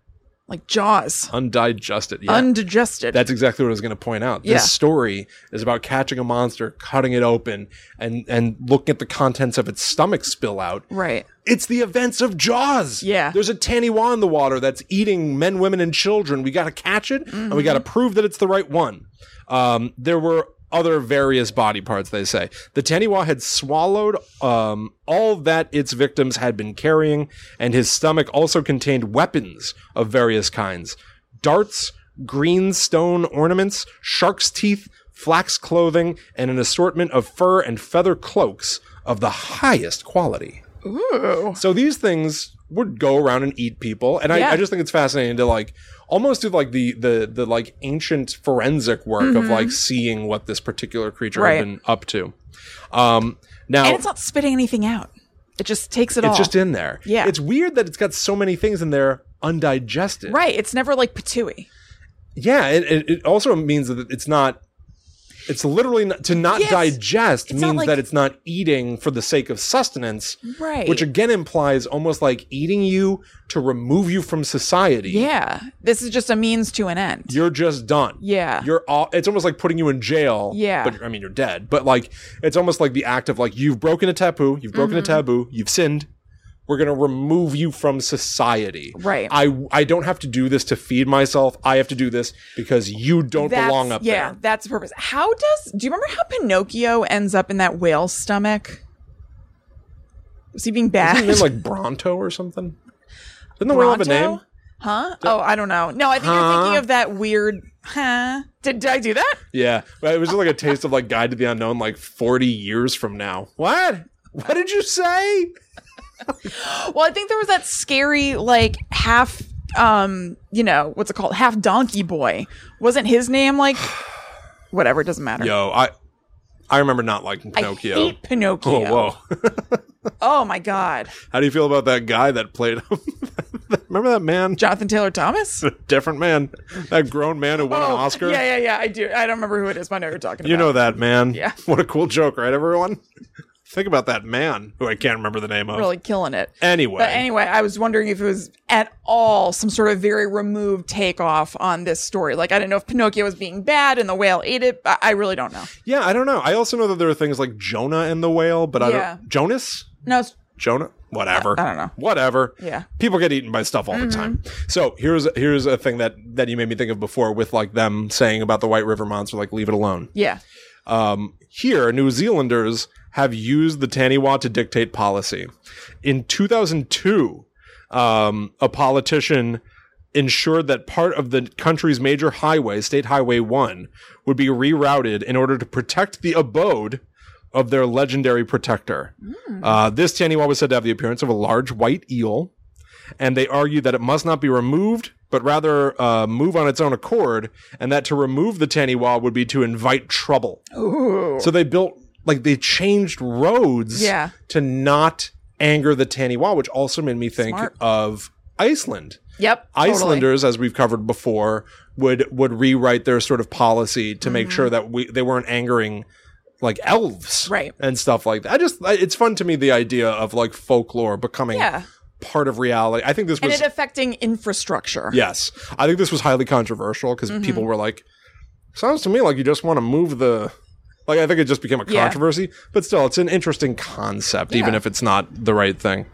Speaker 2: like Jaws,
Speaker 1: Undigested. Yeah.
Speaker 2: undigested.
Speaker 1: That's exactly what I was going to point out. This
Speaker 2: Yeah.
Speaker 1: story is about catching a monster, cutting it open, and and looking at the contents of its stomach spill out.
Speaker 2: right.
Speaker 1: It's the events of Jaws.
Speaker 2: Yeah.
Speaker 1: There's a Taniwa in the water that's eating men, women, and children. We got to catch it, and we got to prove that it's the right one. Um, there were other various body parts, they say. The Taniwa had swallowed um, all that its victims had been carrying, and his stomach also contained weapons of various kinds darts, green stone ornaments, shark's teeth, flax clothing, and an assortment of fur and feather cloaks of the highest quality. So these things would go around and eat people, and
Speaker 2: Yeah.
Speaker 1: I, I just think it's fascinating to like almost do like the the the like ancient forensic work of like seeing what this particular creature
Speaker 2: Mm-hmm. Right.
Speaker 1: had been up to. Um, now
Speaker 2: And it's not spitting anything out. It just takes it all.
Speaker 1: it's just in there.
Speaker 2: Yeah.
Speaker 1: it's weird that it's got so many things in there undigested.
Speaker 2: right. It's never like patooey.
Speaker 1: Yeah, it, it, it also means that it's not. It's literally not, to not
Speaker 2: Yes.
Speaker 1: digest
Speaker 2: It's not
Speaker 1: means
Speaker 2: like-
Speaker 1: that it's not eating for the sake of sustenance,
Speaker 2: Right.
Speaker 1: which again implies almost like eating you to remove you from society.
Speaker 2: yeah. This is just a means to an end.
Speaker 1: you're just done.
Speaker 2: Yeah.
Speaker 1: You're all, it's almost like putting you in jail.
Speaker 2: Yeah.
Speaker 1: But I mean, you're dead. But like, it's almost like the act of like, you've broken a taboo, you've broken
Speaker 2: Mm-hmm.
Speaker 1: a taboo, you've sinned. We're going to remove you from society.
Speaker 2: Right.
Speaker 1: I, I don't have to do this to feed myself. I have to do this because you don't
Speaker 2: That's-
Speaker 1: belong up
Speaker 2: yeah,
Speaker 1: there.
Speaker 2: that's the purpose. How does do you remember how Pinocchio ends up in that whale's stomach? Was he being
Speaker 1: Isn't
Speaker 2: bad?
Speaker 1: his name like Bronto or something? Doesn't the whale have a
Speaker 2: Bronto?
Speaker 1: name?
Speaker 2: Huh? Oh, I don't know. No, I think you're
Speaker 1: Huh?
Speaker 2: thinking of that weird. Huh? Did, did I do that?
Speaker 1: Yeah. But it was just like a taste of like Guide to the Unknown like 40 years from now. What? What did you say?
Speaker 2: Well, I think there was that scary like half. Um, you know what's it called? Half donkey boy. Wasn't his name like whatever? It doesn't matter.
Speaker 1: Yo, I I remember not liking Pinocchio.
Speaker 2: I hate Pinocchio.
Speaker 1: Oh, whoa.
Speaker 2: Oh my god,
Speaker 1: How do you feel about that guy that played him? Remember that man?
Speaker 2: Jonathan Taylor Thomas.
Speaker 1: Different man. That grown man who won an Oscar?
Speaker 2: Oh, Yeah, yeah, yeah. I do. I don't remember who it is, but I know who you're talking
Speaker 1: You
Speaker 2: about.
Speaker 1: know that man.
Speaker 2: Yeah.
Speaker 1: What a cool joke, right, everyone? Think about that man who I can't remember the name of.
Speaker 2: really killing it.
Speaker 1: Anyway.
Speaker 2: But anyway, I was wondering if it was at all some sort of very removed takeoff on this story. Like, I don't know if Pinocchio was being bad and the whale ate it. I, I really don't know.
Speaker 1: Yeah, I don't know. I also know that there are things like Jonah and the whale, but I
Speaker 2: Yeah.
Speaker 1: don't. Jonas?
Speaker 2: No, it's,
Speaker 1: Jonah? Whatever.
Speaker 2: I- I don't know.
Speaker 1: Whatever.
Speaker 2: Yeah. Mm-hmm.
Speaker 1: People get eaten by stuff all the time. So here's here's a thing that that you made me think of before with like them saying about the White River monster, like leave it alone.
Speaker 2: yeah.
Speaker 1: Um, here, New Zealanders have used the Taniwa to dictate policy. In 2002, um, a politician ensured that part of the country's major highway, State Highway 1, would be rerouted in order to protect the abode of their legendary protector. Uh, this Taniwa was said to have the appearance of a large white eel, and they argued that it must not be removed, but rather uh, move on its own accord, and that to remove the Taniwa would be to invite trouble.
Speaker 2: Ooh.
Speaker 1: So they built like they changed roads
Speaker 2: Yeah.
Speaker 1: to not anger the Taniwa, which also made me think
Speaker 2: Smart.
Speaker 1: of Iceland.
Speaker 2: Yep. totally.
Speaker 1: Icelanders, as we've covered before, would would rewrite their sort of policy to
Speaker 2: Mm-hmm.
Speaker 1: make sure that we they weren't angering like elves
Speaker 2: Right.
Speaker 1: and stuff like that. I just I, it's fun to me the idea of like folklore becoming
Speaker 2: Yeah.
Speaker 1: part of reality. I think this
Speaker 2: And
Speaker 1: was
Speaker 2: it affecting infrastructure.
Speaker 1: Yes. I think this was highly controversial because
Speaker 2: Mm-hmm.
Speaker 1: people were like, sounds to me like you just want to move the. Like, I think it just became a
Speaker 2: Yeah.
Speaker 1: controversy, but still, it's an interesting concept, even if it's not the right thing.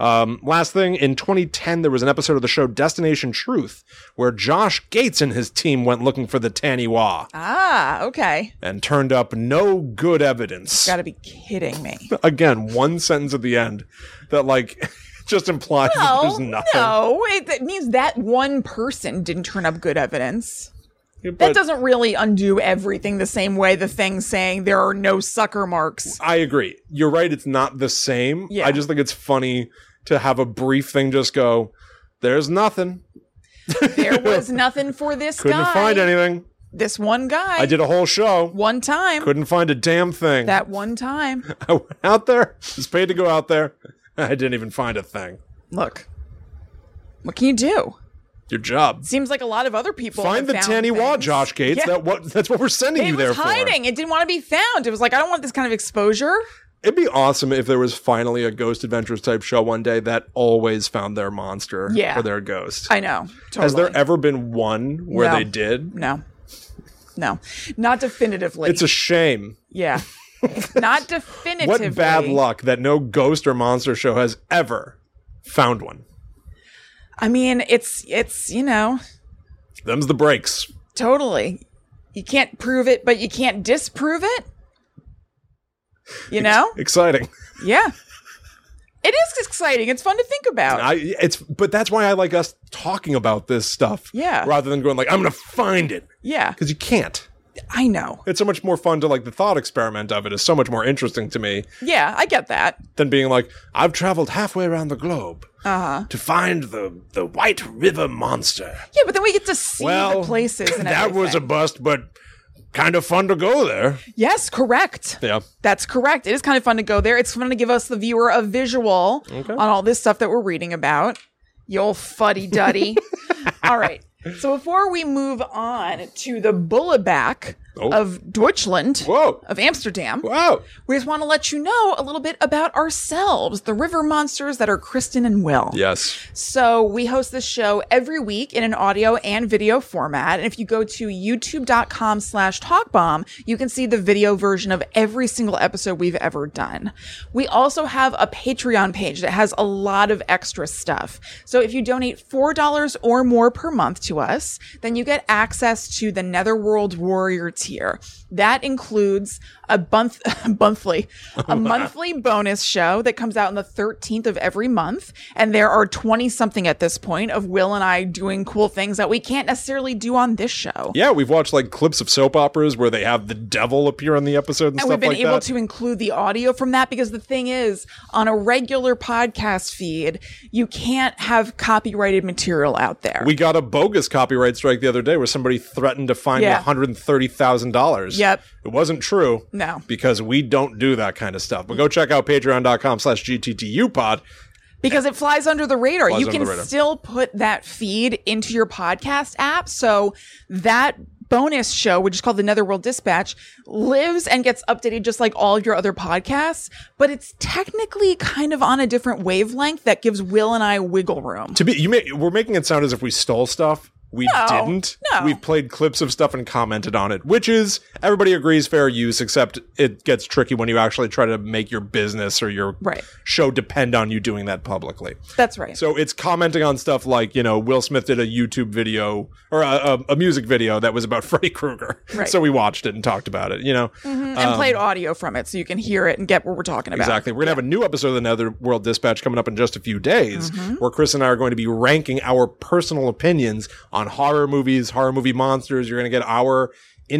Speaker 1: Um, last thing, in 2010, there was an episode of the show Destination Truth where Josh Gates and his team went looking for the Taniwa
Speaker 2: Ah, okay.
Speaker 1: and turned up no good evidence.
Speaker 2: Gotta be kidding me.
Speaker 1: Again, one sentence at the end that, like, just implies that
Speaker 2: No,
Speaker 1: there's nothing.
Speaker 2: no. It, it means that one person didn't turn up good evidence. That
Speaker 1: But-
Speaker 2: doesn't really undo everything the same way the thing saying there are no sucker marks.
Speaker 1: I agree. You're right. It's not the same.
Speaker 2: Yeah.
Speaker 1: I just think it's funny to have a brief thing just go, there's nothing.
Speaker 2: There was nothing for this
Speaker 1: Couldn't
Speaker 2: guy.
Speaker 1: find anything.
Speaker 2: This one guy.
Speaker 1: I did a whole show.
Speaker 2: one time.
Speaker 1: Couldn't find a damn thing.
Speaker 2: that one time.
Speaker 1: I went out there. was paid to go out there. I didn't even find a thing.
Speaker 2: Look, what can you do?
Speaker 1: Your job.
Speaker 2: Seems like a lot of other people have
Speaker 1: Find the
Speaker 2: found
Speaker 1: Tanny Wall,
Speaker 2: things.
Speaker 1: Josh Gates.
Speaker 2: Yeah.
Speaker 1: That what that's what we're sending
Speaker 2: It
Speaker 1: you
Speaker 2: was
Speaker 1: there for.
Speaker 2: hiding. It didn't want to be found. It was like I don't want this kind of exposure.
Speaker 1: It'd be awesome if there was finally a Ghost Adventures type show one day that always found their monster
Speaker 2: Yeah.
Speaker 1: or their ghost.
Speaker 2: I know. Totally.
Speaker 1: Has there ever been one where
Speaker 2: No.
Speaker 1: they did?
Speaker 2: No. No. Not definitively.
Speaker 1: It's a shame.
Speaker 2: yeah. Not definitively.
Speaker 1: What bad luck that no ghost or monster show has ever found one.
Speaker 2: I mean, it's it's, you know,
Speaker 1: Them's the breaks.
Speaker 2: totally. You can't prove it, but you can't disprove it. You know?
Speaker 1: Exciting.
Speaker 2: Yeah. It is exciting. It's fun to think about.
Speaker 1: I it's but that's why I like us talking about this stuff.
Speaker 2: Yeah.
Speaker 1: Rather than going like, I'm gonna find it.
Speaker 2: yeah.
Speaker 1: Because you can't.
Speaker 2: I know.
Speaker 1: It's so much more fun to like the thought experiment of it is so much more interesting to me
Speaker 2: Yeah, I get that.
Speaker 1: than being like, I've traveled halfway around the globe
Speaker 2: Uh-huh.
Speaker 1: to find the the White River monster.
Speaker 2: Yeah, but then we get to see
Speaker 1: Well,
Speaker 2: the places and
Speaker 1: that was a
Speaker 2: everything.
Speaker 1: bust, but kind of fun to go there.
Speaker 2: Yes, correct.
Speaker 1: Yeah.
Speaker 2: That's correct. It is kind of fun to go there. It's fun to give us the viewer a visual on all this stuff that we're reading about. You old fuddy duddy. all right. So before we move on to the bullaback
Speaker 1: Oh.
Speaker 2: of Deutschland,
Speaker 1: Whoa.
Speaker 2: of Amsterdam,
Speaker 1: Wow.
Speaker 2: we just want to let you know a little bit about ourselves, the river monsters that are Kristen and Will.
Speaker 1: Yes.
Speaker 2: So we host this show every week in an audio and video format. And if you go to youtube.com slash talkbomb, you can see the video version of every single episode we've ever done. We also have a Patreon page that has a lot of extra stuff. So if you donate $4 or more per month to us, then you get access to the Netherworld Warrior tier. That includes a month, monthly, a monthly bonus show that comes out on the 13th of every month. And there are 20 something at this point of Will and I doing cool things that we can't necessarily do on this show.
Speaker 1: Yeah, we've watched like clips of soap operas where they have the devil appear on the episode and,
Speaker 2: And
Speaker 1: stuff
Speaker 2: we've been
Speaker 1: like
Speaker 2: able
Speaker 1: that.
Speaker 2: to include the audio from that because the thing is, on a regular podcast feed, you can't have copyrighted material out there.
Speaker 1: we got a bogus copyright strike the other day where somebody threatened to fine me
Speaker 2: Yeah.
Speaker 1: $130,000.
Speaker 2: Yep.
Speaker 1: It wasn't true.
Speaker 2: No.
Speaker 1: Because we don't do that kind of stuff. But go check out patreon.com slash gttupod.
Speaker 2: because it flies under the radar.
Speaker 1: Flies
Speaker 2: You
Speaker 1: under
Speaker 2: can
Speaker 1: the radar.
Speaker 2: still put that feed into your podcast app. So that bonus show, which is called the Netherworld Dispatch, lives and gets updated just like all of your other podcasts, but it's technically kind of on a different wavelength that gives Will and I wiggle room.
Speaker 1: To be, you may, we're making it sound as if we stole stuff. We didn't.
Speaker 2: no.
Speaker 1: We've played clips of stuff and commented on it, which is everybody agrees fair use, except it gets tricky when you actually try to make your business or your
Speaker 2: Right.
Speaker 1: show depend on you doing that publicly.
Speaker 2: That's right.
Speaker 1: So it's commenting on stuff like you know Will Smith did a YouTube video or a, a, a music video that was about Freddy Krueger.
Speaker 2: Right. Mm-hmm.
Speaker 1: So we watched it and talked about it. You know
Speaker 2: and played audio from it so you can hear it and get what we're talking about.
Speaker 1: um, exactly. We're gonna have a new episode of the Netherworld Dispatch coming up in just a few days,
Speaker 2: Mm-hmm.
Speaker 1: where Chris and I are going to be ranking our personal opinions on horror movies, horror movie monsters. You're gonna get our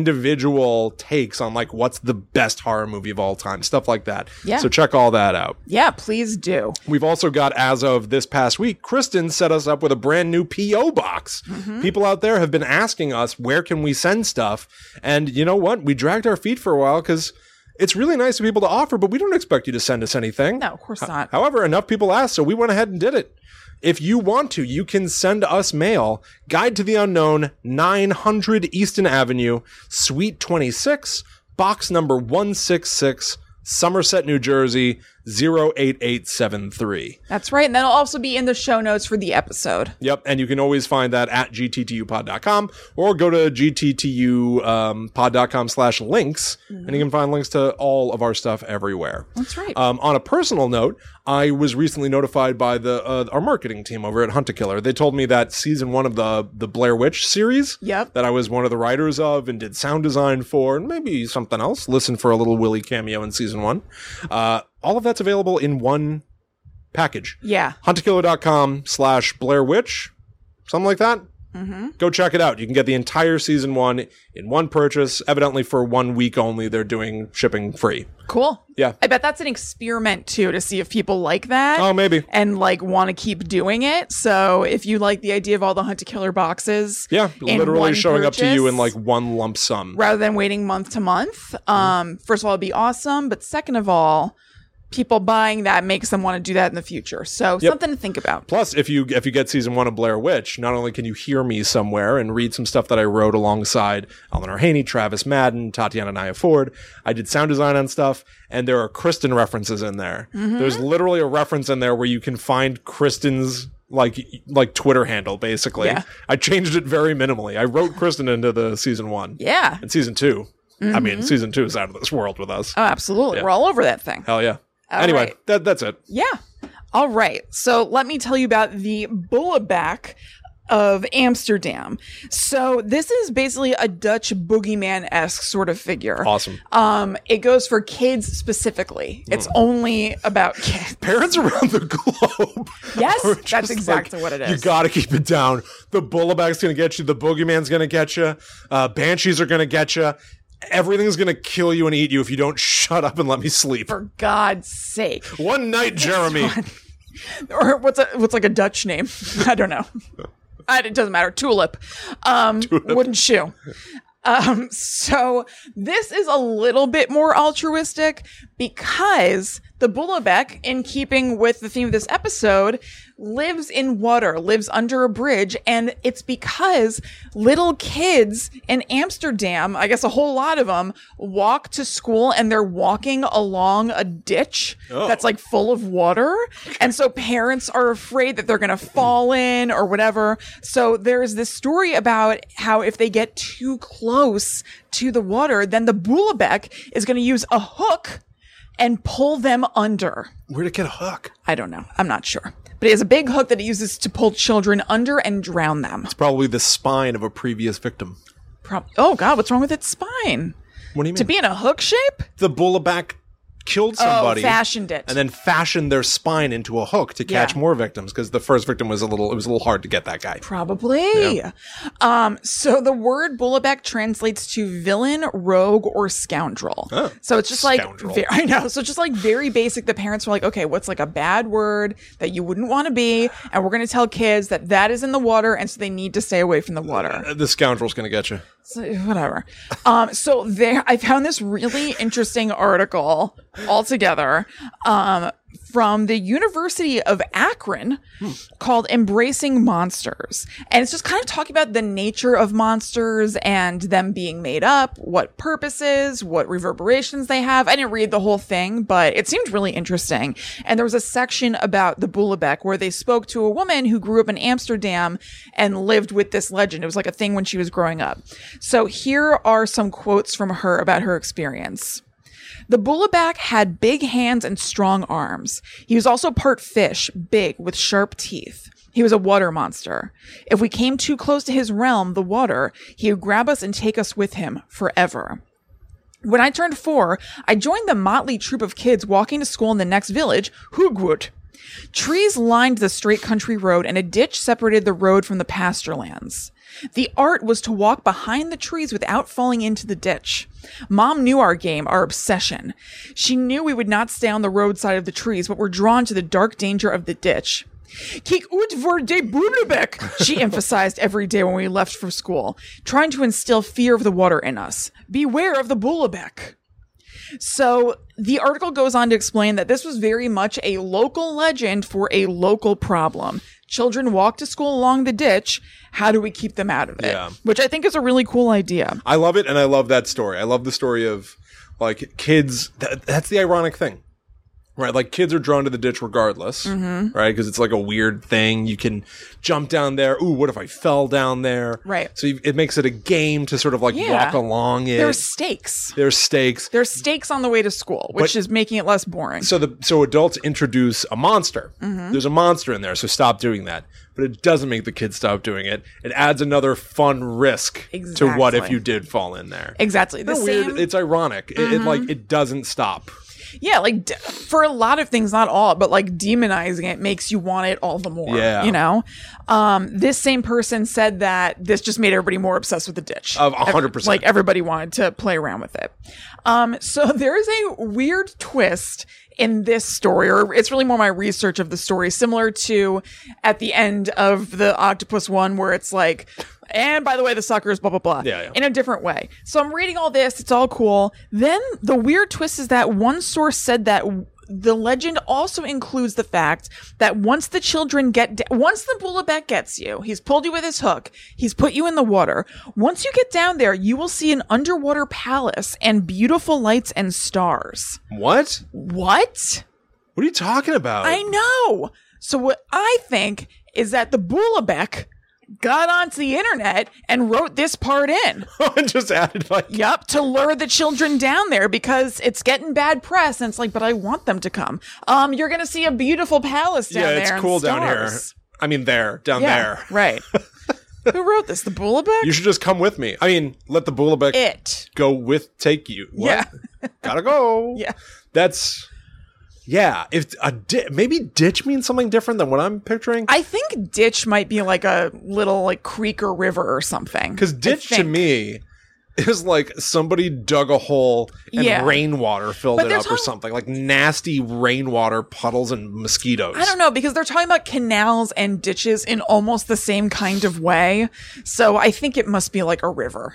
Speaker 1: individual takes on like what's the best horror movie of all time, stuff like that.
Speaker 2: Yeah.
Speaker 1: So check all that out.
Speaker 2: Yeah, please do.
Speaker 1: We've also got, as of this past week, Kristen set us up with a brand new P.O. box. People out there have been asking us, where can we send stuff? And you know what? We dragged our feet for a while because it's really nice of people to offer, but we don't expect you to send us anything.
Speaker 2: No, of course not.
Speaker 1: However, enough people asked, so we went ahead and did it. If you want to, you can send us mail. Guide to the Unknown, 900 Easton Avenue, Suite 26, box number 166, Somerset, New Jersey, 08873.
Speaker 2: That's right. And that'll also be in the show notes for the episode.
Speaker 1: Yep, and you can always find that at gttupod.com or go to um, gttupod.com slash links, and you can find links to all of our stuff everywhere.
Speaker 2: That's right.
Speaker 1: Um, on a personal note, I was recently notified by the uh, our marketing team over at Hunt a Killer. They told me that season one of the the Blair Witch series,
Speaker 2: Yep.
Speaker 1: that I was one of the writers of and did sound design for, and maybe something else. Listen for a little Willy cameo in season one. Uh, all of that's available in one package.
Speaker 2: yeah.
Speaker 1: Huntakiller.com slash Blair Witch, something like that.
Speaker 2: Mm-hmm.
Speaker 1: Go check it out. You can get the entire season one in one purchase. Evidently, for one week only, they're doing shipping free.
Speaker 2: Cool.
Speaker 1: Yeah.
Speaker 2: I bet that's an experiment too to see if people like that.
Speaker 1: Oh, maybe.
Speaker 2: And like want to keep doing it. So if you like the idea of all the hunt to killer boxes,
Speaker 1: Yeah,
Speaker 2: in
Speaker 1: literally
Speaker 2: one
Speaker 1: showing up to
Speaker 2: purchase,
Speaker 1: you in like one lump sum.
Speaker 2: rather than waiting month to month. Um, first of all, it'd be awesome. But second of all, people buying that makes them want to do that in the future. So something to think about.
Speaker 1: Plus, if you if you get season one of Blair Witch, not only can you hear me somewhere and read some stuff that I wrote alongside Eleanor Haney, Travis Madden, Tatiana Naya Ford, I did sound design on stuff, and there are Kristen references in there.
Speaker 2: Mm-hmm.
Speaker 1: There's literally a reference in there where you can find Kristen's like like Twitter handle basically.
Speaker 2: Yeah.
Speaker 1: I changed it very minimally. I wrote Kristen into the season one.
Speaker 2: Yeah. Mm-hmm.
Speaker 1: And season 2 I mean, season two is out of this world with us.
Speaker 2: Oh, absolutely. We're all over that thing.
Speaker 1: Hell yeah. anyway,
Speaker 2: right.
Speaker 1: that that's it.
Speaker 2: Yeah. All right. So let me tell you about the Bullabak of Amsterdam. So this is basically a Dutch boogeyman esque sort of figure.
Speaker 1: Awesome.
Speaker 2: Um, it goes for kids specifically. It's only about kids.
Speaker 1: parents around the globe.
Speaker 2: Yes,
Speaker 1: are
Speaker 2: that's
Speaker 1: just
Speaker 2: exactly what it
Speaker 1: You
Speaker 2: is.
Speaker 1: got to keep it down. The bullabag's going to get you. The boogeyman's going to get you. Uh, banshees are going to get you. Everything's going to kill you and eat you if you don't shut up and let me sleep.
Speaker 2: For God's sake.
Speaker 1: One night, Jeremy.
Speaker 2: Or what's a, what's like a Dutch name? I don't know. I, it doesn't matter. Tulip. Um, Wooden shoe. Um, so this is a little bit more altruistic because the Bulabek, in keeping with the theme of this episode, lives in water, lives under a bridge, and it's because little kids in Amsterdam, I guess a whole lot of them, walk to school and they're walking along a ditch that's like full of water. And so parents are afraid that they're going to fall in or whatever. So there's this story about how if they get too close to the water, then the Bulabek is going to use a hook and pull them under.
Speaker 1: Where'd it get a hook?
Speaker 2: I don't know. I'm not sure. But it has a big hook that it uses to pull children under and drown them.
Speaker 1: Probably the spine of a previous victim.
Speaker 2: Prob- oh, God, what's wrong with its spine?
Speaker 1: What do you mean?
Speaker 2: To be in a hook shape?
Speaker 1: the bullabag killed somebody,
Speaker 2: fashioned it.
Speaker 1: and then fashioned their spine into a hook to catch
Speaker 2: Yeah.
Speaker 1: more victims because the first victim was a little. It was a little hard to get that guy.
Speaker 2: Probably. Um, so the word Bulabek translates to villain, rogue, or scoundrel. so it's just
Speaker 1: scoundrel.
Speaker 2: like, ve- I know. So just like very basic. The parents were like, okay, what's like a bad word that you wouldn't want to be? And we're going to tell kids that that is in the water. And so they need to stay away from the water.
Speaker 1: Uh, The scoundrel's gonna get you.
Speaker 2: So, whatever. Um, so there, I found this really interesting article altogether um, from the University of Akron called "Embracing Monsters," and it's just kind of talking about the nature of monsters and them being made up, what purposes, what reverberations they have. I didn't read the whole thing, but it seemed really interesting. And there was a section about the Bulabek where they spoke to a woman who grew up in Amsterdam and lived with this legend. It was like a thing when she was growing up. So here are some quotes from her about her experience. The Bulabak had big hands and strong arms. He was also part fish, big with sharp teeth. He was a water monster. If we came too close to his realm, the water, he would grab us and take us with him forever. When I turned four, I joined the motley troop of kids walking to school in the next village, Hoogwood. Trees lined the straight country road, and a ditch separated the road from the pasture lands. The art was to walk behind the trees without falling into the ditch. Mom knew our game, our obsession. She knew we would not stay on the roadside of the trees, but were drawn to the dark danger of the ditch. Kijk uit voor de boelebek, she emphasized every day when we left for school, trying to instill fear of the water in us. Beware of the boelebek. So the article goes on to explain that this was very much a local legend for a local problem. Children walk to school along the ditch. How do we keep them out of it?
Speaker 1: Yeah.
Speaker 2: Which I think is a really cool idea.
Speaker 1: I love it, and I love that story. I love the story of like kids. Th- that's the ironic thing, right? Like kids are drawn to the ditch regardless,
Speaker 2: Mm-hmm.
Speaker 1: right? Because it's like a weird thing. You can jump down there. Ooh, what if I fell down there?
Speaker 2: Right.
Speaker 1: So you, it makes it a game to sort of like
Speaker 2: Yeah.
Speaker 1: walk along it.
Speaker 2: There's stakes.
Speaker 1: There's stakes.
Speaker 2: There's stakes on the way to school, which is making it less boring.
Speaker 1: so the so adults introduce a monster.
Speaker 2: Mm-hmm.
Speaker 1: There's a monster in there, so stop doing that. But it doesn't make the kids stop doing it. It adds another fun risk to what if
Speaker 2: Exactly.
Speaker 1: you did fall in there.
Speaker 2: exactly. The
Speaker 1: It's weird.
Speaker 2: same. Mm-hmm.
Speaker 1: It's ironic. It, it like it doesn't stop.
Speaker 2: yeah, like d- for a lot of things, not all, but like demonizing it makes you want it all the more.
Speaker 1: Yeah.
Speaker 2: You know? Um, this same person said that this just made everybody more obsessed with the ditch.
Speaker 1: Of 100%.
Speaker 2: Like everybody wanted to play around with it. Um, so there is a weird twist in this story, or it's really more my research of the story, similar to at the end of the octopus one, where it's like, and by the way, the suckers, blah, blah, blah
Speaker 1: Yeah, yeah.
Speaker 2: in a different way. So I'm reading all this, it's all cool. Then the weird twist is that one source said that w- the legend also includes the fact that once the children get, da- once the bullabek gets you, he's pulled you with his hook, he's put you in the water. Once you get down there, you will see an underwater palace and beautiful lights and stars.
Speaker 1: What?
Speaker 2: What?
Speaker 1: What are you talking about?
Speaker 2: I know. So what I think is that the Bulabek got onto the internet and wrote this part in.
Speaker 1: just added like
Speaker 2: Yup, to lure the children down there because it's getting bad press, and it's like, but I want them to come. Um, you're gonna see a beautiful palace down
Speaker 1: yeah,
Speaker 2: there.
Speaker 1: it's
Speaker 2: and
Speaker 1: cool down here.
Speaker 2: stars.
Speaker 1: I mean, there, down
Speaker 2: Yeah,
Speaker 1: there.
Speaker 2: right. Who wrote this? The Bulabek?
Speaker 1: You should just come with me. I mean, let the Bulabek
Speaker 2: it.
Speaker 1: go with take you. What?
Speaker 2: Yeah.
Speaker 1: gotta go.
Speaker 2: Yeah.
Speaker 1: that's yeah. If a di- maybe ditch means something different than what I'm picturing.
Speaker 2: I think ditch might be like a little like creek or river or something.
Speaker 1: Because
Speaker 2: I
Speaker 1: ditch to
Speaker 2: think.
Speaker 1: me is like somebody dug a hole and
Speaker 2: Yeah.
Speaker 1: rainwater filled
Speaker 2: But
Speaker 1: it
Speaker 2: they're
Speaker 1: up or
Speaker 2: talking-
Speaker 1: something like nasty rainwater puddles and mosquitoes.
Speaker 2: I don't know because they're talking about canals and ditches in almost the same kind of way. So I think it must be like a river.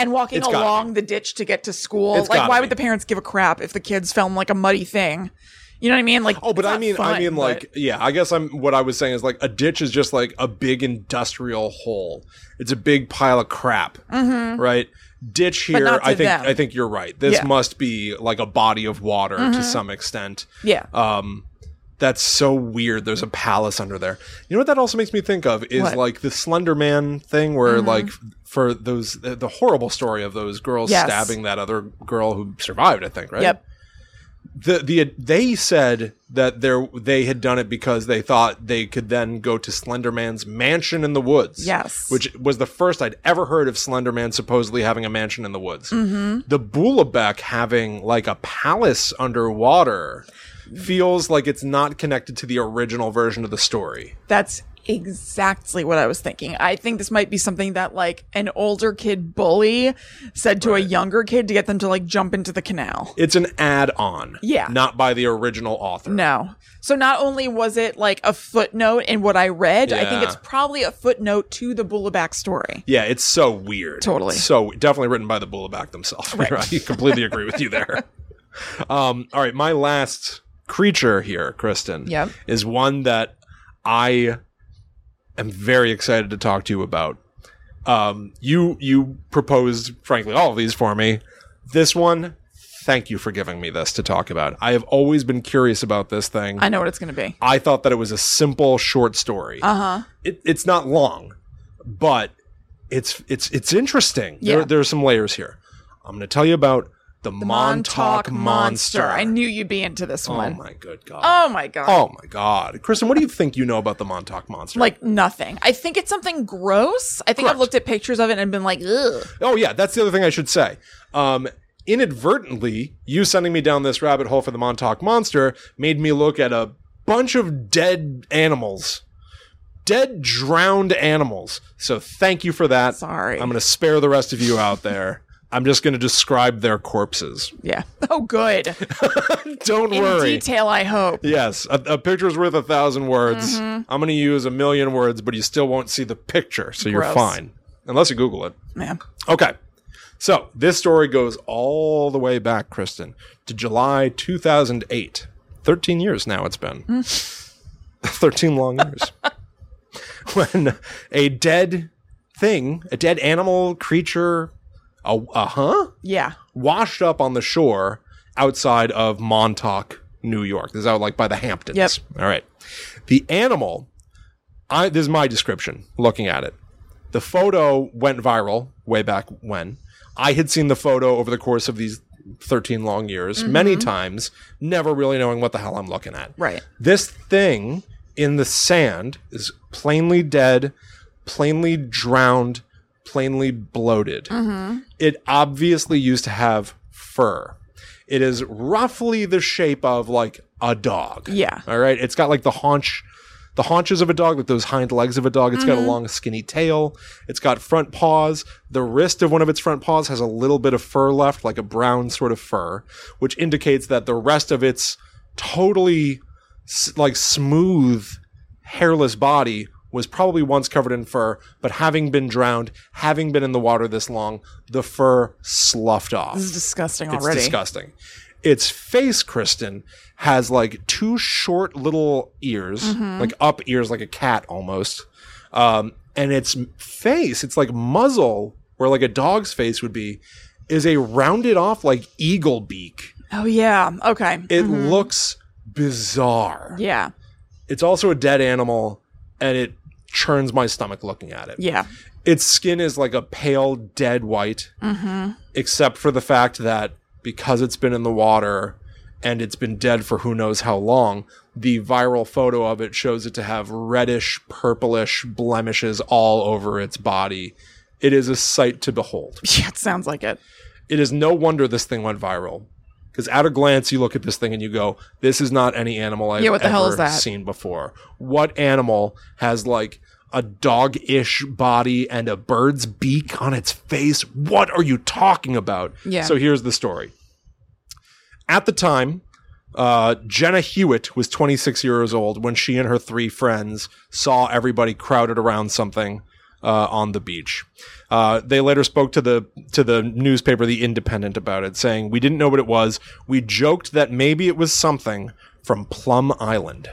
Speaker 2: And walking
Speaker 1: It's gotta
Speaker 2: along the ditch to get to school.
Speaker 1: It's
Speaker 2: like
Speaker 1: gotta
Speaker 2: why
Speaker 1: be.
Speaker 2: would the parents give a crap if the kids film like a muddy thing? You know what I mean? Like
Speaker 1: Oh, but
Speaker 2: it's
Speaker 1: I
Speaker 2: not
Speaker 1: mean, I
Speaker 2: fun,
Speaker 1: mean,
Speaker 2: but-
Speaker 1: like, yeah. I guess I'm. What I was saying is like a ditch is just like a big industrial hole. It's a big pile of crap, right? Ditch here.
Speaker 2: Mm-hmm. not to
Speaker 1: I think.
Speaker 2: them.
Speaker 1: I think you're right. This
Speaker 2: Yeah. Mm-hmm.
Speaker 1: must be like a body of water to some extent.
Speaker 2: Yeah.
Speaker 1: Um, that's so weird. There's a palace under there. You know what that also makes me think of is
Speaker 2: What? Mm-hmm.
Speaker 1: like the Slender Man thing, where like f- for those the, the horrible story of those girls
Speaker 2: Yes.
Speaker 1: stabbing that other girl who survived. I think right
Speaker 2: Yep.
Speaker 1: the the they said that there they had done it because they thought they could then go to Slenderman's mansion in the woods.
Speaker 2: Yes.
Speaker 1: which was the first I'd ever heard of Slenderman supposedly having a mansion in the woods.
Speaker 2: Mm-hmm.
Speaker 1: The Bulabek having like a palace underwater feels like it's not connected to the original version of the story.
Speaker 2: That's exactly what I was thinking. I think this might be something that like an older kid bully said to a younger kid to get them to like jump into the canal.
Speaker 1: It's an add-on,
Speaker 2: Yeah.
Speaker 1: not by the original author.
Speaker 2: No. So not only was it like a footnote in what I read, I think
Speaker 1: Yeah.
Speaker 2: it's probably a footnote to the Bulabak story.
Speaker 1: Yeah, it's so weird.
Speaker 2: Totally.
Speaker 1: So definitely written by the Bulabak themselves. Right. I completely agree with you there. Um, all right, my last creature here, Kristen,
Speaker 2: Yep.
Speaker 1: is one that I am very excited to talk to you about. Um, you you proposed, frankly, all of these for me. This one, thank you for giving me this to talk about. I have always been curious about this thing.
Speaker 2: I know what it's going to be.
Speaker 1: I thought that it was a simple short story.
Speaker 2: Uh-huh.
Speaker 1: Uh huh. It, it's not long, but it's it's it's interesting.
Speaker 2: Yeah.
Speaker 1: There, there are some layers here. I'm going to tell you about the, Montauk, Monster.
Speaker 2: I knew you'd be into this
Speaker 1: oh
Speaker 2: one.
Speaker 1: my good god.
Speaker 2: Oh my god.
Speaker 1: Oh my god, Kristen, what do you think you know about the Montauk Monster?
Speaker 2: Like nothing. I think it's something gross. I think I've
Speaker 1: Correct.
Speaker 2: looked at pictures of it and been like, ugh.
Speaker 1: oh yeah, that's the other thing I should say. Um, inadvertently, you sending me down this rabbit hole for the Montauk Monster made me look at a bunch of dead animals. Dead drowned animals. So thank you for that.
Speaker 2: Sorry.
Speaker 1: I'm going to spare the rest of you out there. I'm just going to describe their corpses.
Speaker 2: Yeah. Oh, good.
Speaker 1: Don't
Speaker 2: In
Speaker 1: worry.
Speaker 2: detail, I hope.
Speaker 1: Yes, a, a picture's worth a thousand words.
Speaker 2: Mm-hmm.
Speaker 1: I'm going to use a million words, but you still won't see the picture, so you're
Speaker 2: Gross.
Speaker 1: fine. Unless you Google it.
Speaker 2: Yeah.
Speaker 1: Okay. So this story goes all the way back, Kristen, to July 2008. 13 years now it's been. 13 long years. when a dead thing, a dead animal, creature, a, a huh?
Speaker 2: Yeah.
Speaker 1: washed up on the shore outside of Montauk, New York. This is out like by the Hamptons.
Speaker 2: Yep.
Speaker 1: All right. The animal, I, this is my description looking at it. The photo went viral way back when. I had seen the photo over the course of these 13 long years many times, never really knowing what the hell I'm looking at.
Speaker 2: Right.
Speaker 1: This thing in the sand is plainly dead, plainly drowned, plainly bloated. It obviously used to have fur. It is roughly the shape of like a dog.
Speaker 2: Yeah.
Speaker 1: All right. It's got like the haunch, the haunches of a dog, like those hind legs of a dog. It's got a long, skinny tail. It's got front paws. The wrist of one of its front paws has a little bit of fur left, like a brown sort of fur, which indicates that the rest of its totally s- like smooth, hairless body was probably once covered in fur, but having been drowned, having been in the water this long, the fur sloughed off.
Speaker 2: This is disgusting
Speaker 1: It's
Speaker 2: already.
Speaker 1: disgusting. Its face, Kristen, has like two short little ears,
Speaker 2: Mm-hmm.
Speaker 1: like up ears, like a cat almost. Um, and its face, its like muzzle, where like a dog's face would be, is a rounded off like eagle beak.
Speaker 2: Oh yeah. Okay. Mm-hmm.
Speaker 1: It looks bizarre.
Speaker 2: yeah.
Speaker 1: It's also a dead animal, and it churns my stomach looking at it.
Speaker 2: Yeah.
Speaker 1: Its skin is like a pale, dead white,
Speaker 2: Mm-hmm.
Speaker 1: except for the fact that because it's been in the water and it's been dead for who knows how long, the viral photo of it shows it to have reddish, purplish blemishes all over its body. It is a sight to behold.
Speaker 2: Yeah. It sounds like it.
Speaker 1: It is no wonder this thing went viral. Because at a glance, you look at this thing and you go, "This is not any animal I've
Speaker 2: Yeah, what the
Speaker 1: ever
Speaker 2: hell is that?
Speaker 1: seen before." What animal has like a dog-ish body and a bird's beak on its face? What are you talking about?
Speaker 2: Yeah.
Speaker 1: So here's the story. At the time, uh, Jenna Hewitt was 26 years old when she and her three friends saw everybody crowded around something uh, on the beach. Uh, they later spoke to the to the newspaper The Independent about it, saying, "We didn't know what it was. We joked that maybe it was something from Plum Island.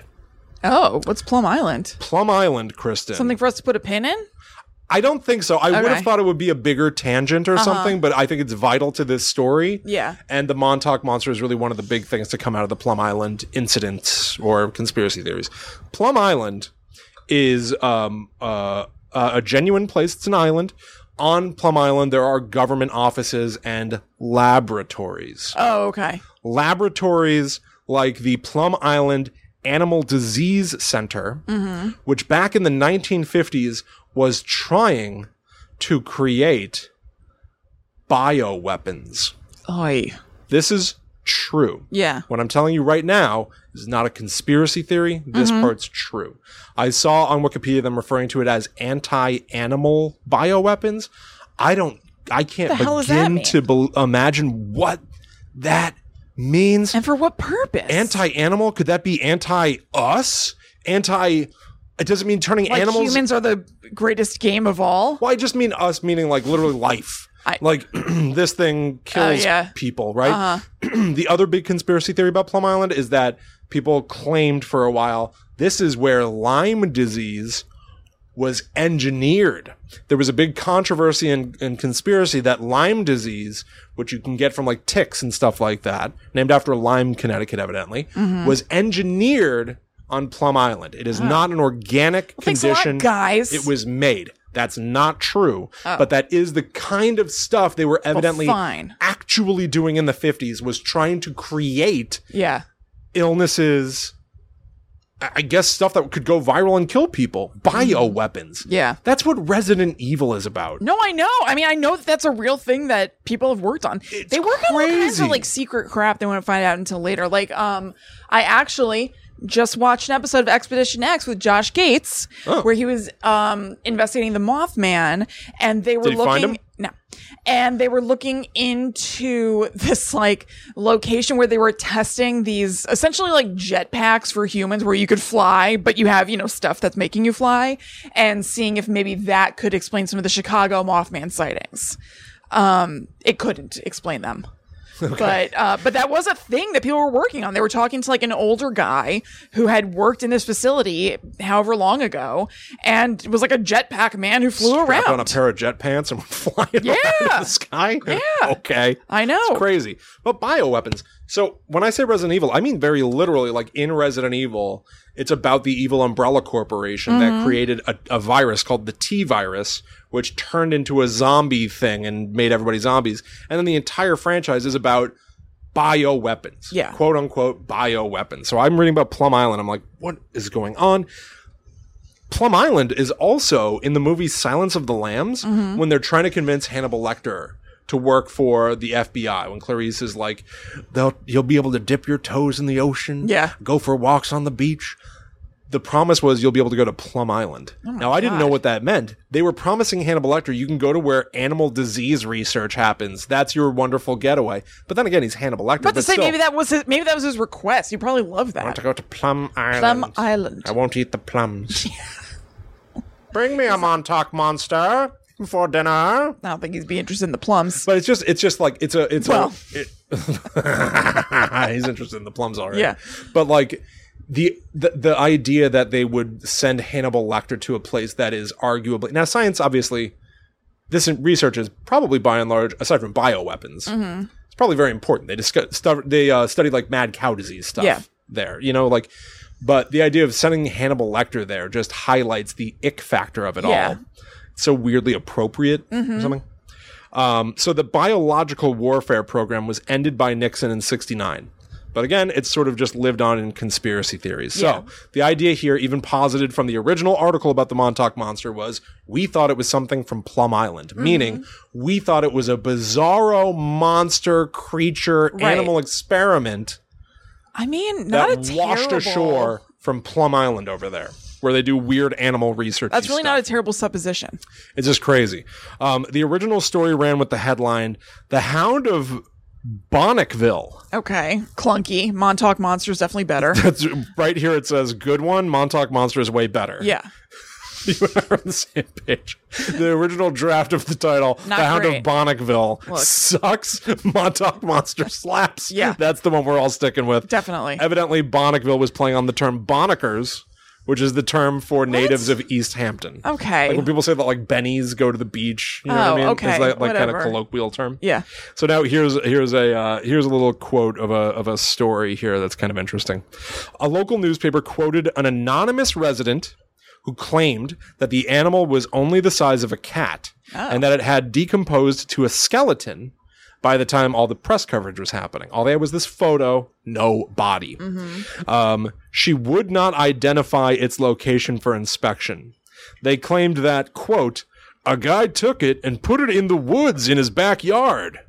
Speaker 2: Oh, what's Plum Island?
Speaker 1: Plum Island, Kristen.
Speaker 2: Something for us to put a pin in?
Speaker 1: I don't think so. I would
Speaker 2: Okay. Uh-huh.
Speaker 1: have thought it would be a bigger tangent or something, but I think it's vital to this story.
Speaker 2: Yeah.
Speaker 1: And the Montauk Monster is really one of the big things to come out of the Plum Island incident or conspiracy theories. Plum Island is um, uh, uh, a genuine place, it's an island. On Plum Island, there are government offices and laboratories
Speaker 2: Oh, okay.
Speaker 1: laboratories like the Plum Island Animal Disease Center,
Speaker 2: Mm-hmm.
Speaker 1: which back in the 1950s was trying to create bioweapons.
Speaker 2: Oi.
Speaker 1: This is true.
Speaker 2: Yeah.
Speaker 1: What I'm telling you right now is not a conspiracy theory. This
Speaker 2: Mm-hmm.
Speaker 1: part's true. I saw on Wikipedia them referring to it as anti-animal bioweapons. I don't. I can't
Speaker 2: The hell does that
Speaker 1: begin
Speaker 2: mean?
Speaker 1: to bel imagine what that means.
Speaker 2: And for what purpose?
Speaker 1: Anti-animal? Could that be anti-us? Anti? It doesn't mean turning
Speaker 2: like
Speaker 1: animals.
Speaker 2: humans are the greatest game of all.
Speaker 1: Well, I just mean us, meaning like literally life.
Speaker 2: I-
Speaker 1: like this thing kills
Speaker 2: Oh, yeah. Uh-huh.
Speaker 1: people, right? the other big conspiracy theory about Plum Island is that people claimed for a while this is where Lyme disease was engineered. There was a big controversy and, and conspiracy that Lyme disease, which you can get from like ticks and stuff like that, named after Lyme, Connecticut, evidently,
Speaker 2: Mm-hmm.
Speaker 1: was engineered on Plum Island. It is not an organic
Speaker 2: Thanks a lot,
Speaker 1: condition.
Speaker 2: guys.
Speaker 1: It was made. That's not true, but that is the kind of stuff they were evidently
Speaker 2: Oh. fine.
Speaker 1: actually doing in the 50s was trying to create
Speaker 2: yeah.
Speaker 1: illnesses I I guess stuff that could go viral and kill people, bioweapons.
Speaker 2: Mm-hmm. Yeah.
Speaker 1: That's what Resident Evil is about.
Speaker 2: No, I know. I mean, I know that that's a real thing that people have worked on. they work on all kinds
Speaker 1: crazy.
Speaker 2: of like secret crap they won't find out until later. Like, um, I actually just watched an episode of Expedition X with Josh Gates
Speaker 1: Oh.
Speaker 2: where he was um investigating the Mothman, and they were
Speaker 1: he
Speaker 2: looking.
Speaker 1: find him?
Speaker 2: No. And they were looking into this like location where they were testing these essentially like jetpacks for humans where you could fly, but you have, you know, stuff that's making you fly and seeing if maybe that could explain some of the Chicago Mothman sightings. Um, it couldn't explain them. But uh, but that was a thing that people were working on. They were talking to like an older guy who had worked in this facility however long ago, and was like a jetpack man who flew
Speaker 1: Strapped
Speaker 2: around.
Speaker 1: on a pair of jet pants and flying around
Speaker 2: Yeah.
Speaker 1: in the sky. Yeah. Okay.
Speaker 2: I know.
Speaker 1: It's crazy. But bioweapons. So when I say Resident Evil, I mean very literally, like in Resident Evil, it's about the evil Umbrella Corporation that created a, a virus called the T virus, which turned into a zombie thing and made everybody zombies. And then the entire franchise is about bioweapons.
Speaker 2: Yeah.
Speaker 1: Quote unquote bioweapons. So I'm reading about Plum Island. I'm like, what is going on? Plum Island is also in the movie Silence of the Lambs
Speaker 2: Mm-hmm.
Speaker 1: when they're trying to convince Hannibal Lecter to work for the FBI. When Clarice is like, They'll, you'll be able to dip your toes in the ocean,
Speaker 2: Yeah.
Speaker 1: go for walks on the beach. The promise was you'll be able to go to Plum Island.
Speaker 2: Oh
Speaker 1: now, I didn't know what that meant. They were promising Hannibal Lecter you can go to where animal disease research happens. That's your wonderful getaway. But then again, he's Hannibal Lecter.
Speaker 2: about to
Speaker 1: but
Speaker 2: say
Speaker 1: still,
Speaker 2: maybe that was his, maybe that was his request. You probably love that.
Speaker 1: to go to Plum Island.
Speaker 2: Plum Island.
Speaker 1: I won't eat the plums. Bring me a Montauk monster. for dinner.
Speaker 2: I don't think he'd be interested in the plums.
Speaker 1: But it's just it's just like it's a it's
Speaker 2: Well.
Speaker 1: a it- he's interested in the plums already.
Speaker 2: Yeah.
Speaker 1: But like the, the the idea that they would send Hannibal Lecter to a place that is arguably now science obviously this in- research is probably by and large aside from bioweapons
Speaker 2: Mm-hmm.
Speaker 1: it's probably very important they discuss stuff they uh, studied like mad cow disease stuff
Speaker 2: Yeah.
Speaker 1: there you know like but the idea of sending Hannibal Lecter there just highlights the ick factor of it
Speaker 2: Yeah. Mm-hmm.
Speaker 1: all it's so weirdly appropriate or something um, so the biological warfare program was ended by Nixon in 69. But again, it's sort of just lived on in conspiracy theories. So
Speaker 2: Yeah.
Speaker 1: the idea here, even posited from the original article about the Montauk Monster, was we thought it was something from Plum Island,
Speaker 2: Mm-hmm.
Speaker 1: meaning we thought it was a bizarro monster creature
Speaker 2: Right.
Speaker 1: animal experiment
Speaker 2: I mean,
Speaker 1: that
Speaker 2: not a terrible.
Speaker 1: washed ashore from Plum Island over there, where they do weird animal research.
Speaker 2: That's really not a terrible supposition.
Speaker 1: It's just crazy. Um, the original story ran with the headline The Hound of Bonnickville.
Speaker 2: Okay, clunky. Montauk Monster's definitely better.
Speaker 1: That's right here. It says, Good one. Montauk Monster is way better.
Speaker 2: yeah,
Speaker 1: you and I are on the same page. The original draft of the title,
Speaker 2: Not
Speaker 1: The Hound
Speaker 2: great.
Speaker 1: of Bonnickville,
Speaker 2: Look.
Speaker 1: sucks. Montauk Monster slaps.
Speaker 2: Yeah.
Speaker 1: That's the one we're all sticking with.
Speaker 2: definitely.
Speaker 1: Evidently, Bonnickville was playing on the term Bonnickers, which is the term for natives of East Hampton.
Speaker 2: Okay.
Speaker 1: Like when people say that, like Bennies go to the beach. You know what
Speaker 2: Oh,
Speaker 1: I mean?
Speaker 2: okay,
Speaker 1: It's like, like kind of
Speaker 2: whatever.
Speaker 1: colloquial term.
Speaker 2: yeah.
Speaker 1: So now here's here's a uh, here's a little quote of a of a story here that's kind of interesting. A local newspaper quoted an anonymous resident who claimed that the animal was only the size of a cat and that it had decomposed to a skeleton by the time all the press coverage was happening. All they had was this photo, no body. Um, she would not identify its location for inspection. They claimed that, quote, a guy took it and put it in the woods in his backyard,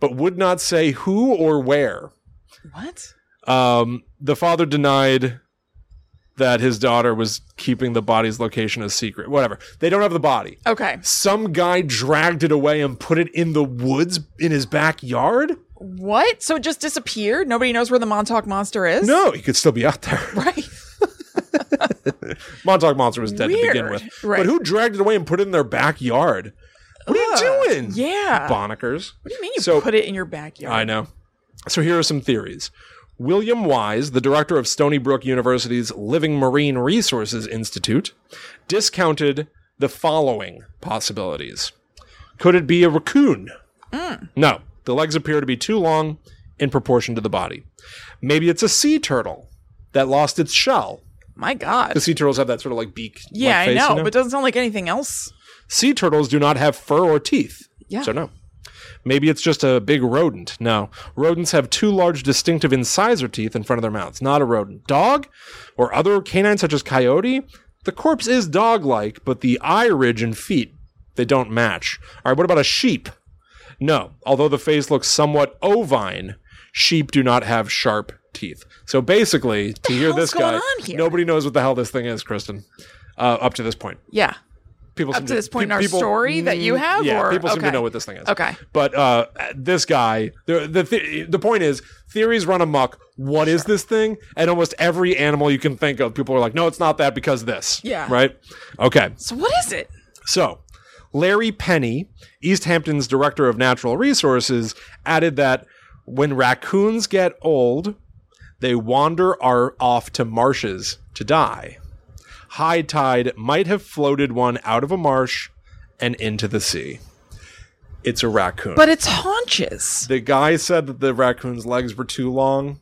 Speaker 1: but would not say who or where.
Speaker 2: What?
Speaker 1: Um, the father denied that his daughter was keeping the body's location a secret. Whatever. They don't have the body.
Speaker 2: Okay.
Speaker 1: Some guy dragged it away and put it in the woods in his backyard?
Speaker 2: What? So it just disappeared? Nobody knows where the Montauk Monster is?
Speaker 1: No, he could still be out there.
Speaker 2: Right.
Speaker 1: Montauk Monster was dead to begin
Speaker 2: Weird.
Speaker 1: with.
Speaker 2: Right.
Speaker 1: But who dragged it away and put it in their backyard? What are you doing?
Speaker 2: Yeah.
Speaker 1: Bonnickers.
Speaker 2: What do you mean you
Speaker 1: So-
Speaker 2: put it in your backyard?
Speaker 1: I know. So here are some theories. William Wise, the director of Stony Brook University's Living Marine Resources Institute, discounted the following possibilities. Could it be a raccoon?
Speaker 2: Mm.
Speaker 1: No. The legs appear to be too long in proportion to the body. Maybe it's a sea turtle that lost its shell.
Speaker 2: My God.
Speaker 1: The sea turtles have that sort of like beak.
Speaker 2: Yeah, I
Speaker 1: face,
Speaker 2: know,
Speaker 1: you
Speaker 2: but it doesn't sound like anything else.
Speaker 1: sea turtles do not have fur or teeth.
Speaker 2: Yeah.
Speaker 1: So no. Maybe it's just a big rodent. No. Rodents have two large distinctive incisor teeth in front of their mouths. Not a rodent. Dog or other canines such as coyote, the corpse is dog-like, but the eye ridge and feet, they don't match. All right, what about a sheep? No. Although the face looks somewhat ovine, sheep do not have sharp teeth. So basically, to hear
Speaker 2: hell's
Speaker 1: this guy,
Speaker 2: going on here?
Speaker 1: nobody knows what the hell this thing is, Kristen. Uh, up to this point
Speaker 2: Yeah.
Speaker 1: people Mm,
Speaker 2: Up to this point in our story that you have,
Speaker 1: yeah,
Speaker 2: or-
Speaker 1: people seem to
Speaker 2: okay.
Speaker 1: know what this thing is.
Speaker 2: Okay.
Speaker 1: but uh, this guy, the the, th- the point is, theories run amok. What is this thing? And almost every animal you can think of, people are like, no, it's not that because this.
Speaker 2: Yeah.
Speaker 1: Right. Okay.
Speaker 2: So what is it?
Speaker 1: So, Larry Penny, East Hampton's director of natural resources, added that when raccoons get old, they wander are off to marshes to die. High tide might have floated one out of a marsh and into the sea. It's a raccoon.
Speaker 2: But it's haunches.
Speaker 1: the guy said that the raccoon's legs were too long.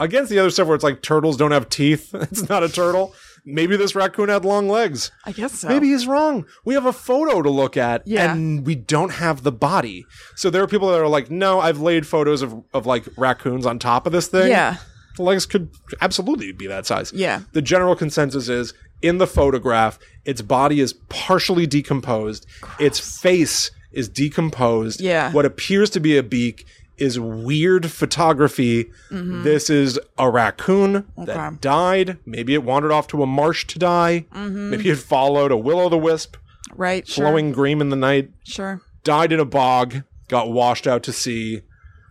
Speaker 1: Against the other stuff where it's like turtles don't have teeth, it's not a turtle. Maybe this raccoon had long legs.
Speaker 2: I guess so.
Speaker 1: Maybe he's wrong. We have a photo to look at,
Speaker 2: Yeah.
Speaker 1: and we don't have the body. So there are people that are like, "No, I've laid photos of of like raccoons on top of this thing.
Speaker 2: Yeah.
Speaker 1: the legs could absolutely be that size.
Speaker 2: Yeah.
Speaker 1: The general consensus is in the photograph, its body is partially decomposed. Its face is decomposed.
Speaker 2: Yeah.
Speaker 1: what appears to be a beak is weird photography. This is a raccoon
Speaker 2: Mm-hmm. Okay.
Speaker 1: that died. Maybe it wandered off to a marsh to die. Maybe it followed a will o' the wisp,
Speaker 2: Right? Mm-hmm. Sure.
Speaker 1: blowing green in the night,
Speaker 2: Sure.
Speaker 1: died in a bog, got washed out to sea,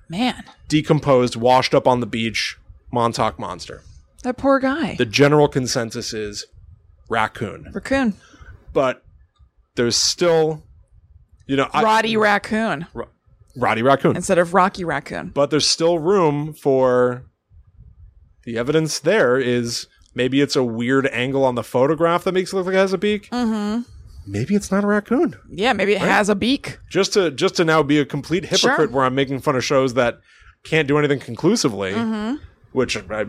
Speaker 2: Man,
Speaker 1: decomposed, washed up on the beach. Montauk monster.
Speaker 2: that poor guy.
Speaker 1: The general consensus is raccoon,
Speaker 2: Raccoon.
Speaker 1: but there's still You know, I,
Speaker 2: Roddy Raccoon
Speaker 1: Ro- Roddy Raccoon.
Speaker 2: instead of Rocky Raccoon.
Speaker 1: But there's still room for the evidence. There is maybe it's a weird angle on the photograph that makes it look like it has a beak. Mm-hmm. Maybe it's not a raccoon.
Speaker 2: Yeah, maybe it has a beak.
Speaker 1: just to just to now be a complete hypocrite
Speaker 2: Sure.
Speaker 1: where I'm making fun of shows that can't do anything conclusively. Which I,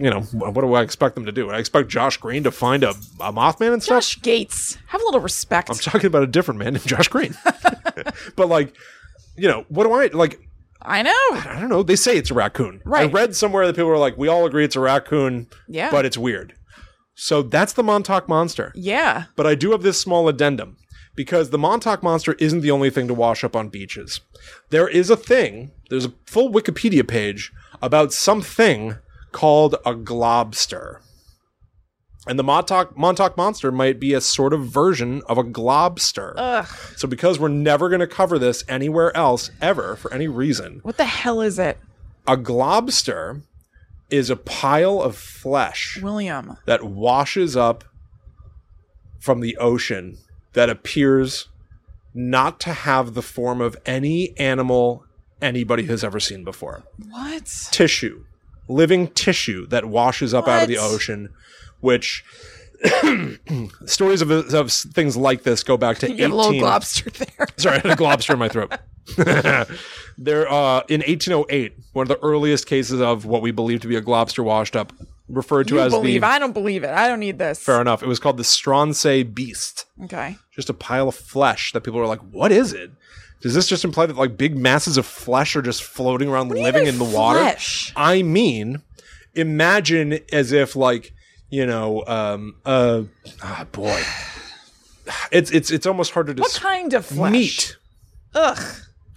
Speaker 1: you know, what do I expect them to do? I expect Josh Green to find a, a Mothman and stuff.
Speaker 2: Josh Gates, have a little respect.
Speaker 1: I'm talking about a different man named Josh Green. but like, you know, what do I like?
Speaker 2: I know.
Speaker 1: I don't know. They say it's a raccoon. I
Speaker 2: Right.
Speaker 1: read somewhere that people were like, we all agree it's a raccoon.
Speaker 2: Yeah.
Speaker 1: But it's weird. So that's the Montauk monster.
Speaker 2: Yeah.
Speaker 1: But I do have this small addendum because the Montauk monster isn't the only thing to wash up on beaches. There is a thing, there's a full Wikipedia page about something called a globster. And the Montauk, Montauk monster might be a sort of version of a globster.
Speaker 2: Uh.
Speaker 1: So, because we're never going to cover this anywhere else ever for any reason,
Speaker 2: What the hell is it,
Speaker 1: a globster is a pile of flesh
Speaker 2: William?
Speaker 1: that washes up from the ocean that appears not to have the form of any animal anybody has ever seen before.
Speaker 2: What?
Speaker 1: Tissue, living tissue that washes up out of the
Speaker 2: What?
Speaker 1: ocean, which stories of, of things like this go back to
Speaker 2: You have a little
Speaker 1: 18
Speaker 2: globster there.
Speaker 1: Sorry, I had a globster in my throat. there, uh, in 1808, one of the earliest cases of what we believe to be a globster washed up, referred to
Speaker 2: You
Speaker 1: as
Speaker 2: believe?
Speaker 1: the
Speaker 2: I don't believe it. I don't need this.
Speaker 1: fair enough. It was called the Stransay beast,
Speaker 2: Okay.
Speaker 1: just a pile of flesh that people were like, "What is it? Does this just imply that like big masses of flesh are just floating around, living
Speaker 2: by
Speaker 1: in the water?"
Speaker 2: flesh?
Speaker 1: I mean, imagine as if like you know, um, uh, ah, boy, it's it's it's almost hard to
Speaker 2: What
Speaker 1: describe.
Speaker 2: kind of flesh?
Speaker 1: Meat,
Speaker 2: Ugh.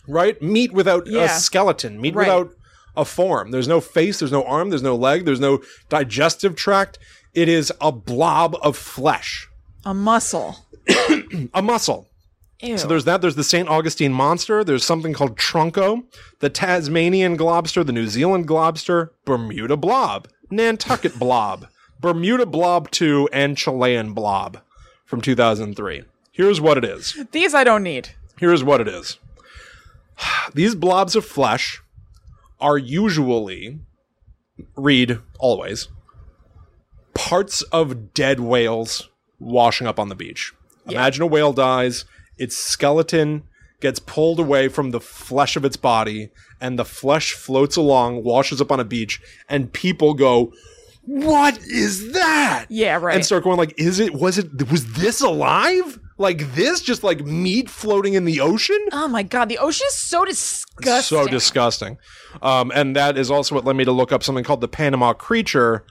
Speaker 1: right? Meat without
Speaker 2: Yeah.
Speaker 1: a skeleton, meat
Speaker 2: Right.
Speaker 1: without a form. There's no face, there's no arm, there's no leg, there's no digestive tract. It is a blob of flesh,
Speaker 2: A muscle.
Speaker 1: a muscle.
Speaker 2: Ew.
Speaker 1: So there's that. There's the St. Augustine monster. There's something called Trunco, the Tasmanian globster, the New Zealand globster, Bermuda blob, Nantucket blob, Bermuda blob 2, and Chilean blob from 2003. Here's what it is.
Speaker 2: These I don't need.
Speaker 1: Here's what it is these blobs of flesh are usually, read always, parts of dead whales washing up on the beach. Imagine a whale dies, its skeleton gets pulled away from the flesh of its body, and the flesh floats along, washes up on a beach, and people go, What is that?
Speaker 2: Yeah, right.
Speaker 1: And start going like, is it was it was this alive? Like this, just like meat floating in the ocean?
Speaker 2: Oh my god, the ocean is so disgusting.
Speaker 1: So disgusting. Um, and that is also what led me to look up something called the Panama creature,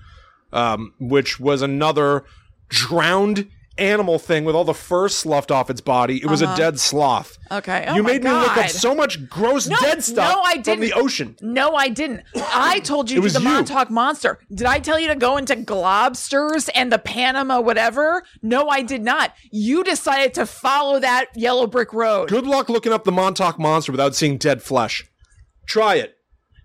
Speaker 1: um, which was another drowned animal thing with all the fur sloughed off its body. It was a dead sloth.
Speaker 2: Okay. Oh
Speaker 1: you
Speaker 2: my
Speaker 1: made me look up
Speaker 2: God.
Speaker 1: so much gross
Speaker 2: No,
Speaker 1: dead stuff
Speaker 2: no, I
Speaker 1: from the
Speaker 2: didn't.
Speaker 1: ocean.
Speaker 2: No, I didn't. I told you to
Speaker 1: was
Speaker 2: the
Speaker 1: you.
Speaker 2: Montauk monster. Did I tell you to go into globsters and the Panama whatever? No, I did not. You decided to follow that yellow brick road.
Speaker 1: Good luck looking up the Montauk monster without seeing dead flesh. Try it.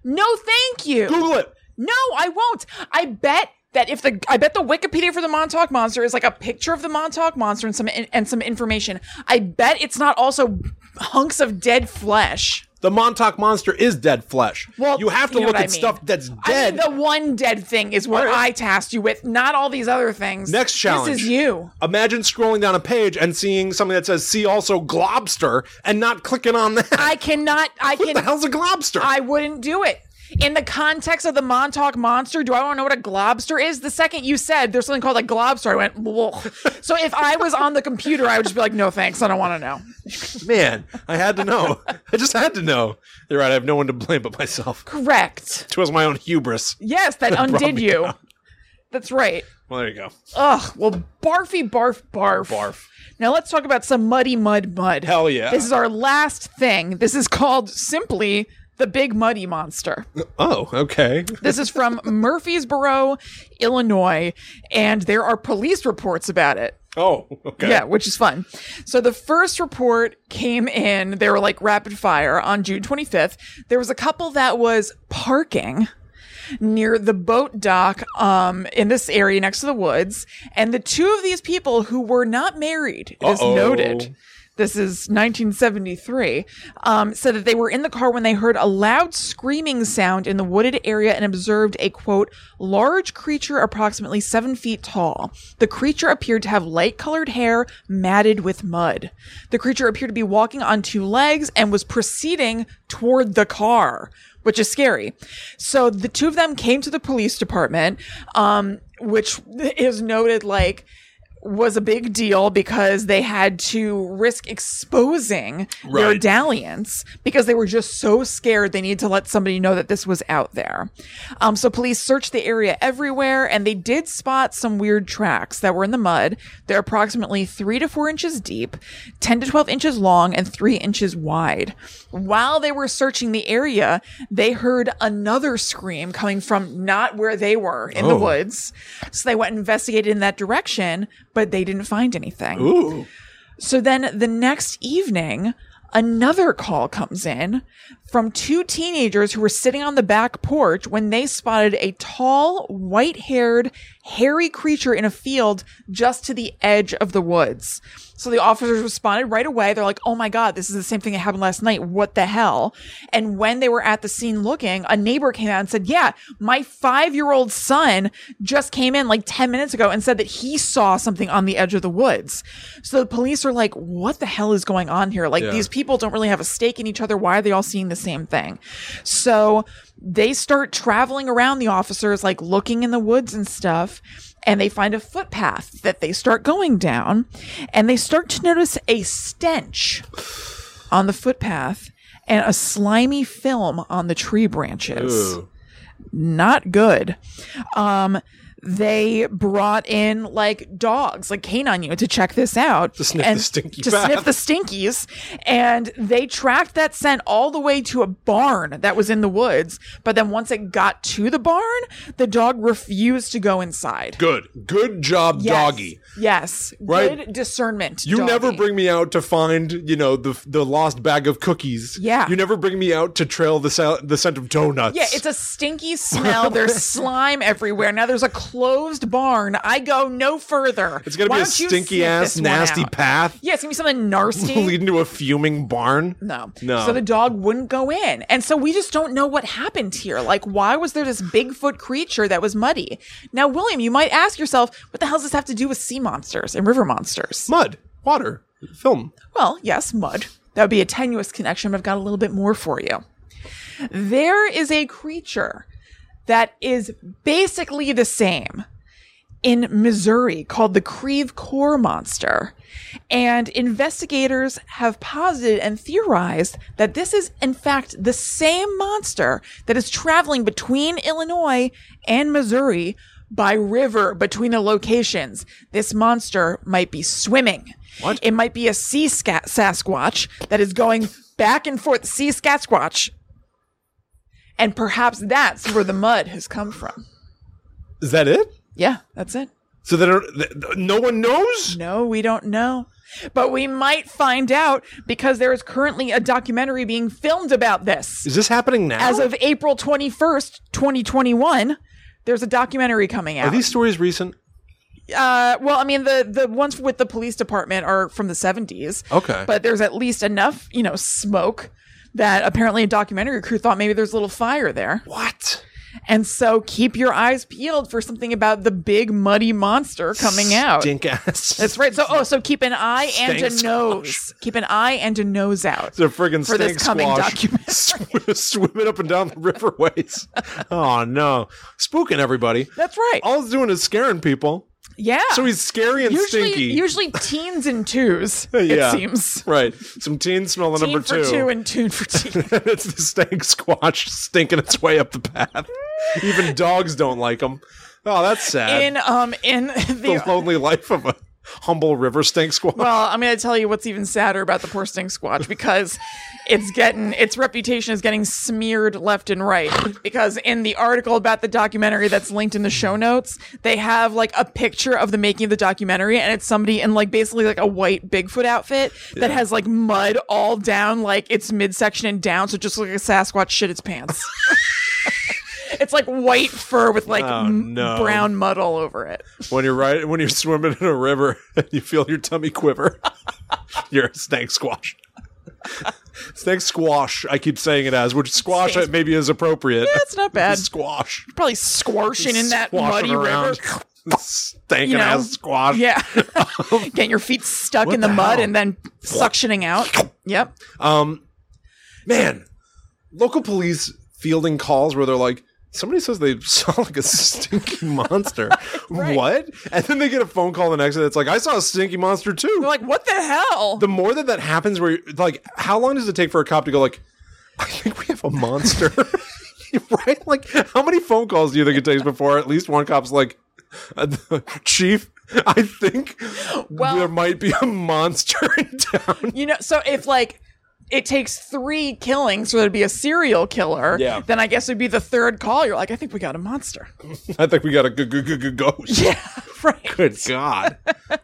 Speaker 2: No, thank you.
Speaker 1: Google it.
Speaker 2: No, I won't. I bet that if the I bet the Wikipedia for the Montauk monster is like a picture of the Montauk monster and some and some information. I bet it's not also hunks of dead flesh.
Speaker 1: The Montauk monster is dead flesh.
Speaker 2: Well,
Speaker 1: you have to
Speaker 2: you know
Speaker 1: look
Speaker 2: what
Speaker 1: at
Speaker 2: I mean.
Speaker 1: stuff that's
Speaker 2: I
Speaker 1: dead.
Speaker 2: mean, the one dead thing is what I tasked you with, not all these other things.
Speaker 1: Next challenge.
Speaker 2: This is you.
Speaker 1: Imagine scrolling down a page and seeing something that says "See also globster" and not clicking on that.
Speaker 2: I cannot. I
Speaker 1: what the
Speaker 2: can.
Speaker 1: hell's a globster?
Speaker 2: I wouldn't do it. In the context of the Montauk monster, do I want to know what a globster is? The second you said there's something called a globster, I went. Whoa. So if I was on the computer, I would just be like, "No, thanks. I don't want to know."
Speaker 1: Man, I had to know. I just had to know. You're right. I have no one to blame but myself.
Speaker 2: Correct.
Speaker 1: It was my own hubris.
Speaker 2: Yes, that undid
Speaker 1: me
Speaker 2: you. That's right.
Speaker 1: Well, there you go.
Speaker 2: Ugh. Well, barfy barf barf.
Speaker 1: Barf.
Speaker 2: Now let's talk about some muddy mud mud.
Speaker 1: Hell yeah.
Speaker 2: This is our last thing. This is called simply the Big Muddy Monster.
Speaker 1: Oh, okay.
Speaker 2: This is from Murfreesboro, Illinois, and there are police reports about it.
Speaker 1: Oh, okay.
Speaker 2: Yeah, which is fun. So the first report came in, they were like rapid fire on June 25th. There was a couple that was parking near the boat dock um, in this area next to the woods. And the two of these people who were not married, it is
Speaker 1: Uh-oh.
Speaker 2: noted, this is 1973, um, said that they were in the car when they heard a loud screaming sound in the wooded area and observed a quote, large creature approximately seven feet tall. The creature appeared to have light colored hair matted with mud. The creature appeared to be walking on two legs and was proceeding toward the car which is scary. So the two of them came to the police department, um, which is noted like was a big deal because they had to risk exposing their
Speaker 1: Right.
Speaker 2: dalliance because they were just so scared they needed to let somebody know that this was out there. Um, so police searched the area everywhere and they did spot some weird tracks that were in the mud. They're approximately three to four inches deep, 10 to 12 inches long, and three inches wide. While they were searching the area, they heard another scream coming from not where they were in the
Speaker 1: Oh.
Speaker 2: woods. So they went and investigated in that direction, but they didn't find anything.
Speaker 1: Ooh.
Speaker 2: So then the next evening, another call comes in from two teenagers who were sitting on the back porch when they spotted a tall, white haired, hairy creature in a field just to the edge of the woods. So the officers responded right away. They're like, oh my God, this is the same thing that happened last night. What the hell? And when they were at the scene looking, a neighbor came out and said, yeah, my five year old son just came in like 10 minutes ago and said that he saw something on the edge of the woods. So the police are like, what the hell is going on here? Like
Speaker 1: Yeah.
Speaker 2: these people don't really have a stake in each other. Why are they all seeing the same thing? So they start traveling around the officers, like looking in the woods and stuff. And they find a footpath that they start going down and they start to notice a stench on the footpath and a slimy film on the tree branches
Speaker 1: Ooh.
Speaker 2: not good. Um, they brought in like dogs, like canine unit, to check this out to
Speaker 1: sniff the stinky
Speaker 2: to
Speaker 1: bath.
Speaker 2: sniff the stinkies, and they tracked that scent all the way to a barn that was in the woods. But then once it got to the barn, the dog refused to go inside.
Speaker 1: Good. Good job,
Speaker 2: Yes.
Speaker 1: doggy.
Speaker 2: Yes.
Speaker 1: Right?
Speaker 2: Good discernment.
Speaker 1: You never
Speaker 2: doggy.
Speaker 1: bring me out to find, you know, the the lost bag of cookies.
Speaker 2: Yeah.
Speaker 1: You never bring me out to trail the sou- the scent of donuts.
Speaker 2: Yeah, it's a stinky smell. There's slime everywhere. Now there's a closed barn. I go no further.
Speaker 1: It's gonna
Speaker 2: Why
Speaker 1: be a
Speaker 2: don't you
Speaker 1: stinky
Speaker 2: sniff
Speaker 1: ass,
Speaker 2: this one
Speaker 1: nasty
Speaker 2: out?
Speaker 1: path
Speaker 2: Yeah, it's gonna be something nasty.
Speaker 1: leading to a fuming barn.
Speaker 2: No.
Speaker 1: No.
Speaker 2: So the dog wouldn't go in. And so we just don't know what happened here. Like, why was there this Bigfoot creature that was muddy? Now, William, you might ask yourself, what the hell does this have to do with sea monsters and river monsters?
Speaker 1: Mud, water, film.
Speaker 2: Well, yes, mud. That would be a tenuous connection, but I've got a little bit more for you. There is a creature that is basically the same in Missouri called the Creve Core monster. And investigators have posited and theorized that this is, in fact, the same monster that is traveling between Illinois and Missouri by river between the locations. This monster might be swimming.
Speaker 1: What?
Speaker 2: It might be a sea scat- Sasquatch that is going back and forth, sea Sasquatch. And perhaps that's where the mud has come from.
Speaker 1: Is that it?
Speaker 2: Yeah, that's it.
Speaker 1: So that are- th- no one knows.
Speaker 2: No, we don't know. But we might find out because there is currently a documentary being filmed about this.
Speaker 1: Is this happening now?
Speaker 2: As of April 21st, 2021, there's a documentary coming
Speaker 1: are
Speaker 2: out.
Speaker 1: these stories recent?
Speaker 2: uh, well, I mean, the, the ones with the police department are from the 70s.
Speaker 1: Okay.
Speaker 2: But there's at least enough, you know, smoke that apparently a documentary crew thought maybe there's a little fire there.
Speaker 1: what?
Speaker 2: And so keep your eyes peeled for something about the big muddy monster coming out.
Speaker 1: Dink ass.
Speaker 2: That's right. So, oh, so keep an eye and
Speaker 1: Stank
Speaker 2: a nose. Keep an eye and a nose out.
Speaker 1: It's a friggin'
Speaker 2: For this
Speaker 1: stink
Speaker 2: coming
Speaker 1: squash
Speaker 2: documentary.
Speaker 1: sw- swimming up and down the riverways. oh no, spooking everybody.
Speaker 2: That's right.
Speaker 1: All it's doing is scaring people.
Speaker 2: yeah.
Speaker 1: oh, So he's scary and
Speaker 2: usually,
Speaker 1: stinky.
Speaker 2: usually teens and twos.
Speaker 1: Yeah.
Speaker 2: It seems.
Speaker 1: right. Some teen smelling
Speaker 2: Teen
Speaker 1: number
Speaker 2: for two and tune for teen.
Speaker 1: it's the stank squash stinking its way up the path. Even dogs don't like them. Oh, that's sad.
Speaker 2: in um in
Speaker 1: the
Speaker 2: the.
Speaker 1: lonely life of a humble river stank squash.
Speaker 2: Well, I'm going to tell you what's even sadder about the poor Sting Squatch because it's getting its reputation is getting smeared left and right. Because in the article about the documentary that's linked in the show notes, they have like a picture of the making of the documentary, and it's somebody in like basically like a white Bigfoot outfit that has like mud all down like its midsection and down, so just like a Sasquatch shit its pants. It's like white fur with like
Speaker 1: Oh,
Speaker 2: m-
Speaker 1: no.
Speaker 2: brown mud all over it.
Speaker 1: when you're right when you're swimming in a river and you feel your tummy quiver. You're a snake squash. snake squash. I keep saying it as, which squash
Speaker 2: Snake-
Speaker 1: it maybe is appropriate.
Speaker 2: That's not bad.
Speaker 1: squash.
Speaker 2: Probably squashing in that
Speaker 1: Squashing
Speaker 2: muddy
Speaker 1: around.
Speaker 2: river.
Speaker 1: Stankin'
Speaker 2: You know.
Speaker 1: ass squash.
Speaker 2: Yeah. Getting your feet stuck
Speaker 1: What
Speaker 2: in the,
Speaker 1: the
Speaker 2: mud
Speaker 1: hell?
Speaker 2: and then suctioning out. Yep.
Speaker 1: Um, man, local police fielding calls where they're like, somebody says they saw like a stinky monster.
Speaker 2: Right.
Speaker 1: What? And then they get a phone call the next day that's like, I saw a stinky monster too.
Speaker 2: They're like, what the hell?
Speaker 1: the more that that happens, where you're, like, how long does it take for a cop to go like, I think we have a monster, right? Like, how many phone calls do you think it takes before at least one cop's like, uh, Chief, I think
Speaker 2: Well-
Speaker 1: there might be a monster in town.
Speaker 2: you know, so if like it takes three killings for there to be a serial killer,
Speaker 1: Yeah.
Speaker 2: then I guess it'd be the third call. You're like, I think we got a monster.
Speaker 1: I think we got a g- g- g- g- ghost.
Speaker 2: Yeah. Right.
Speaker 1: Good God.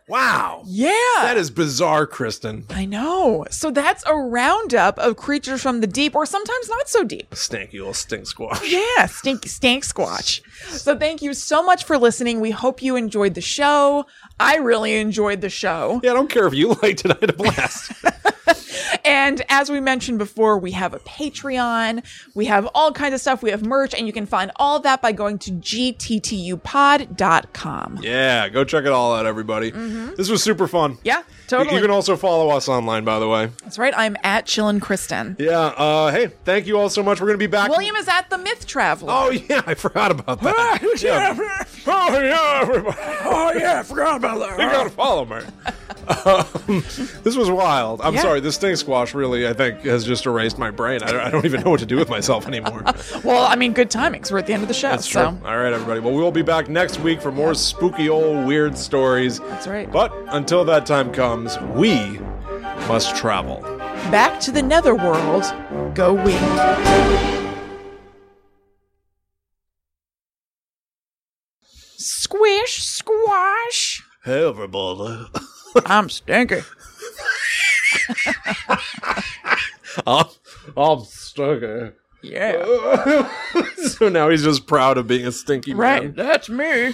Speaker 1: Wow.
Speaker 2: Yeah.
Speaker 1: That is bizarre, Kristen.
Speaker 2: I know. So that's a roundup of creatures from the deep, or sometimes not so deep.
Speaker 1: Stanky little stink squash.
Speaker 2: Yeah, stink, stank squatch. So thank you so much for listening. We hope you enjoyed the show. I really enjoyed the show.
Speaker 1: Yeah, I don't care if you liked it. I had a blast.
Speaker 2: And as we mentioned before, we have a Patreon. We have all kinds of stuff. We have merch, and you can find all that by going to gttupod.com.
Speaker 1: yeah, go check it all out, everybody. This was super fun.
Speaker 2: Mm-hmm. Yeah,
Speaker 1: You-
Speaker 2: totally.
Speaker 1: You can also follow us online, by the way.
Speaker 2: That's right. I'm at Chillin' Kristen.
Speaker 1: Yeah. Uh, hey, thank you all so much. We're going to be back.
Speaker 2: William is at the Myth Traveler.
Speaker 1: Oh, yeah. I forgot about that. yeah. Oh, yeah, everybody.
Speaker 2: Oh, yeah, I forgot about that.
Speaker 1: You gotta follow me. um, this was wild. I'm
Speaker 2: Yeah.
Speaker 1: sorry. This stink squash really, I think, has just erased my brain. I don't, I don't even know what to do with myself anymore.
Speaker 2: Well, I mean, good timings. We're at the end of the show.
Speaker 1: That's
Speaker 2: so
Speaker 1: true. All right, everybody. Well, we'll be back next week for more spooky old weird stories. That's
Speaker 2: right.
Speaker 1: But until that time comes, we must travel.
Speaker 2: back to the netherworld. Go we. Squish, squash.
Speaker 1: Hey, everybody.
Speaker 2: I'm stinky.
Speaker 1: I'm, I'm eh? stinky.
Speaker 2: Yeah.
Speaker 1: so now he's just proud of being a stinky man.
Speaker 2: Right, that's me.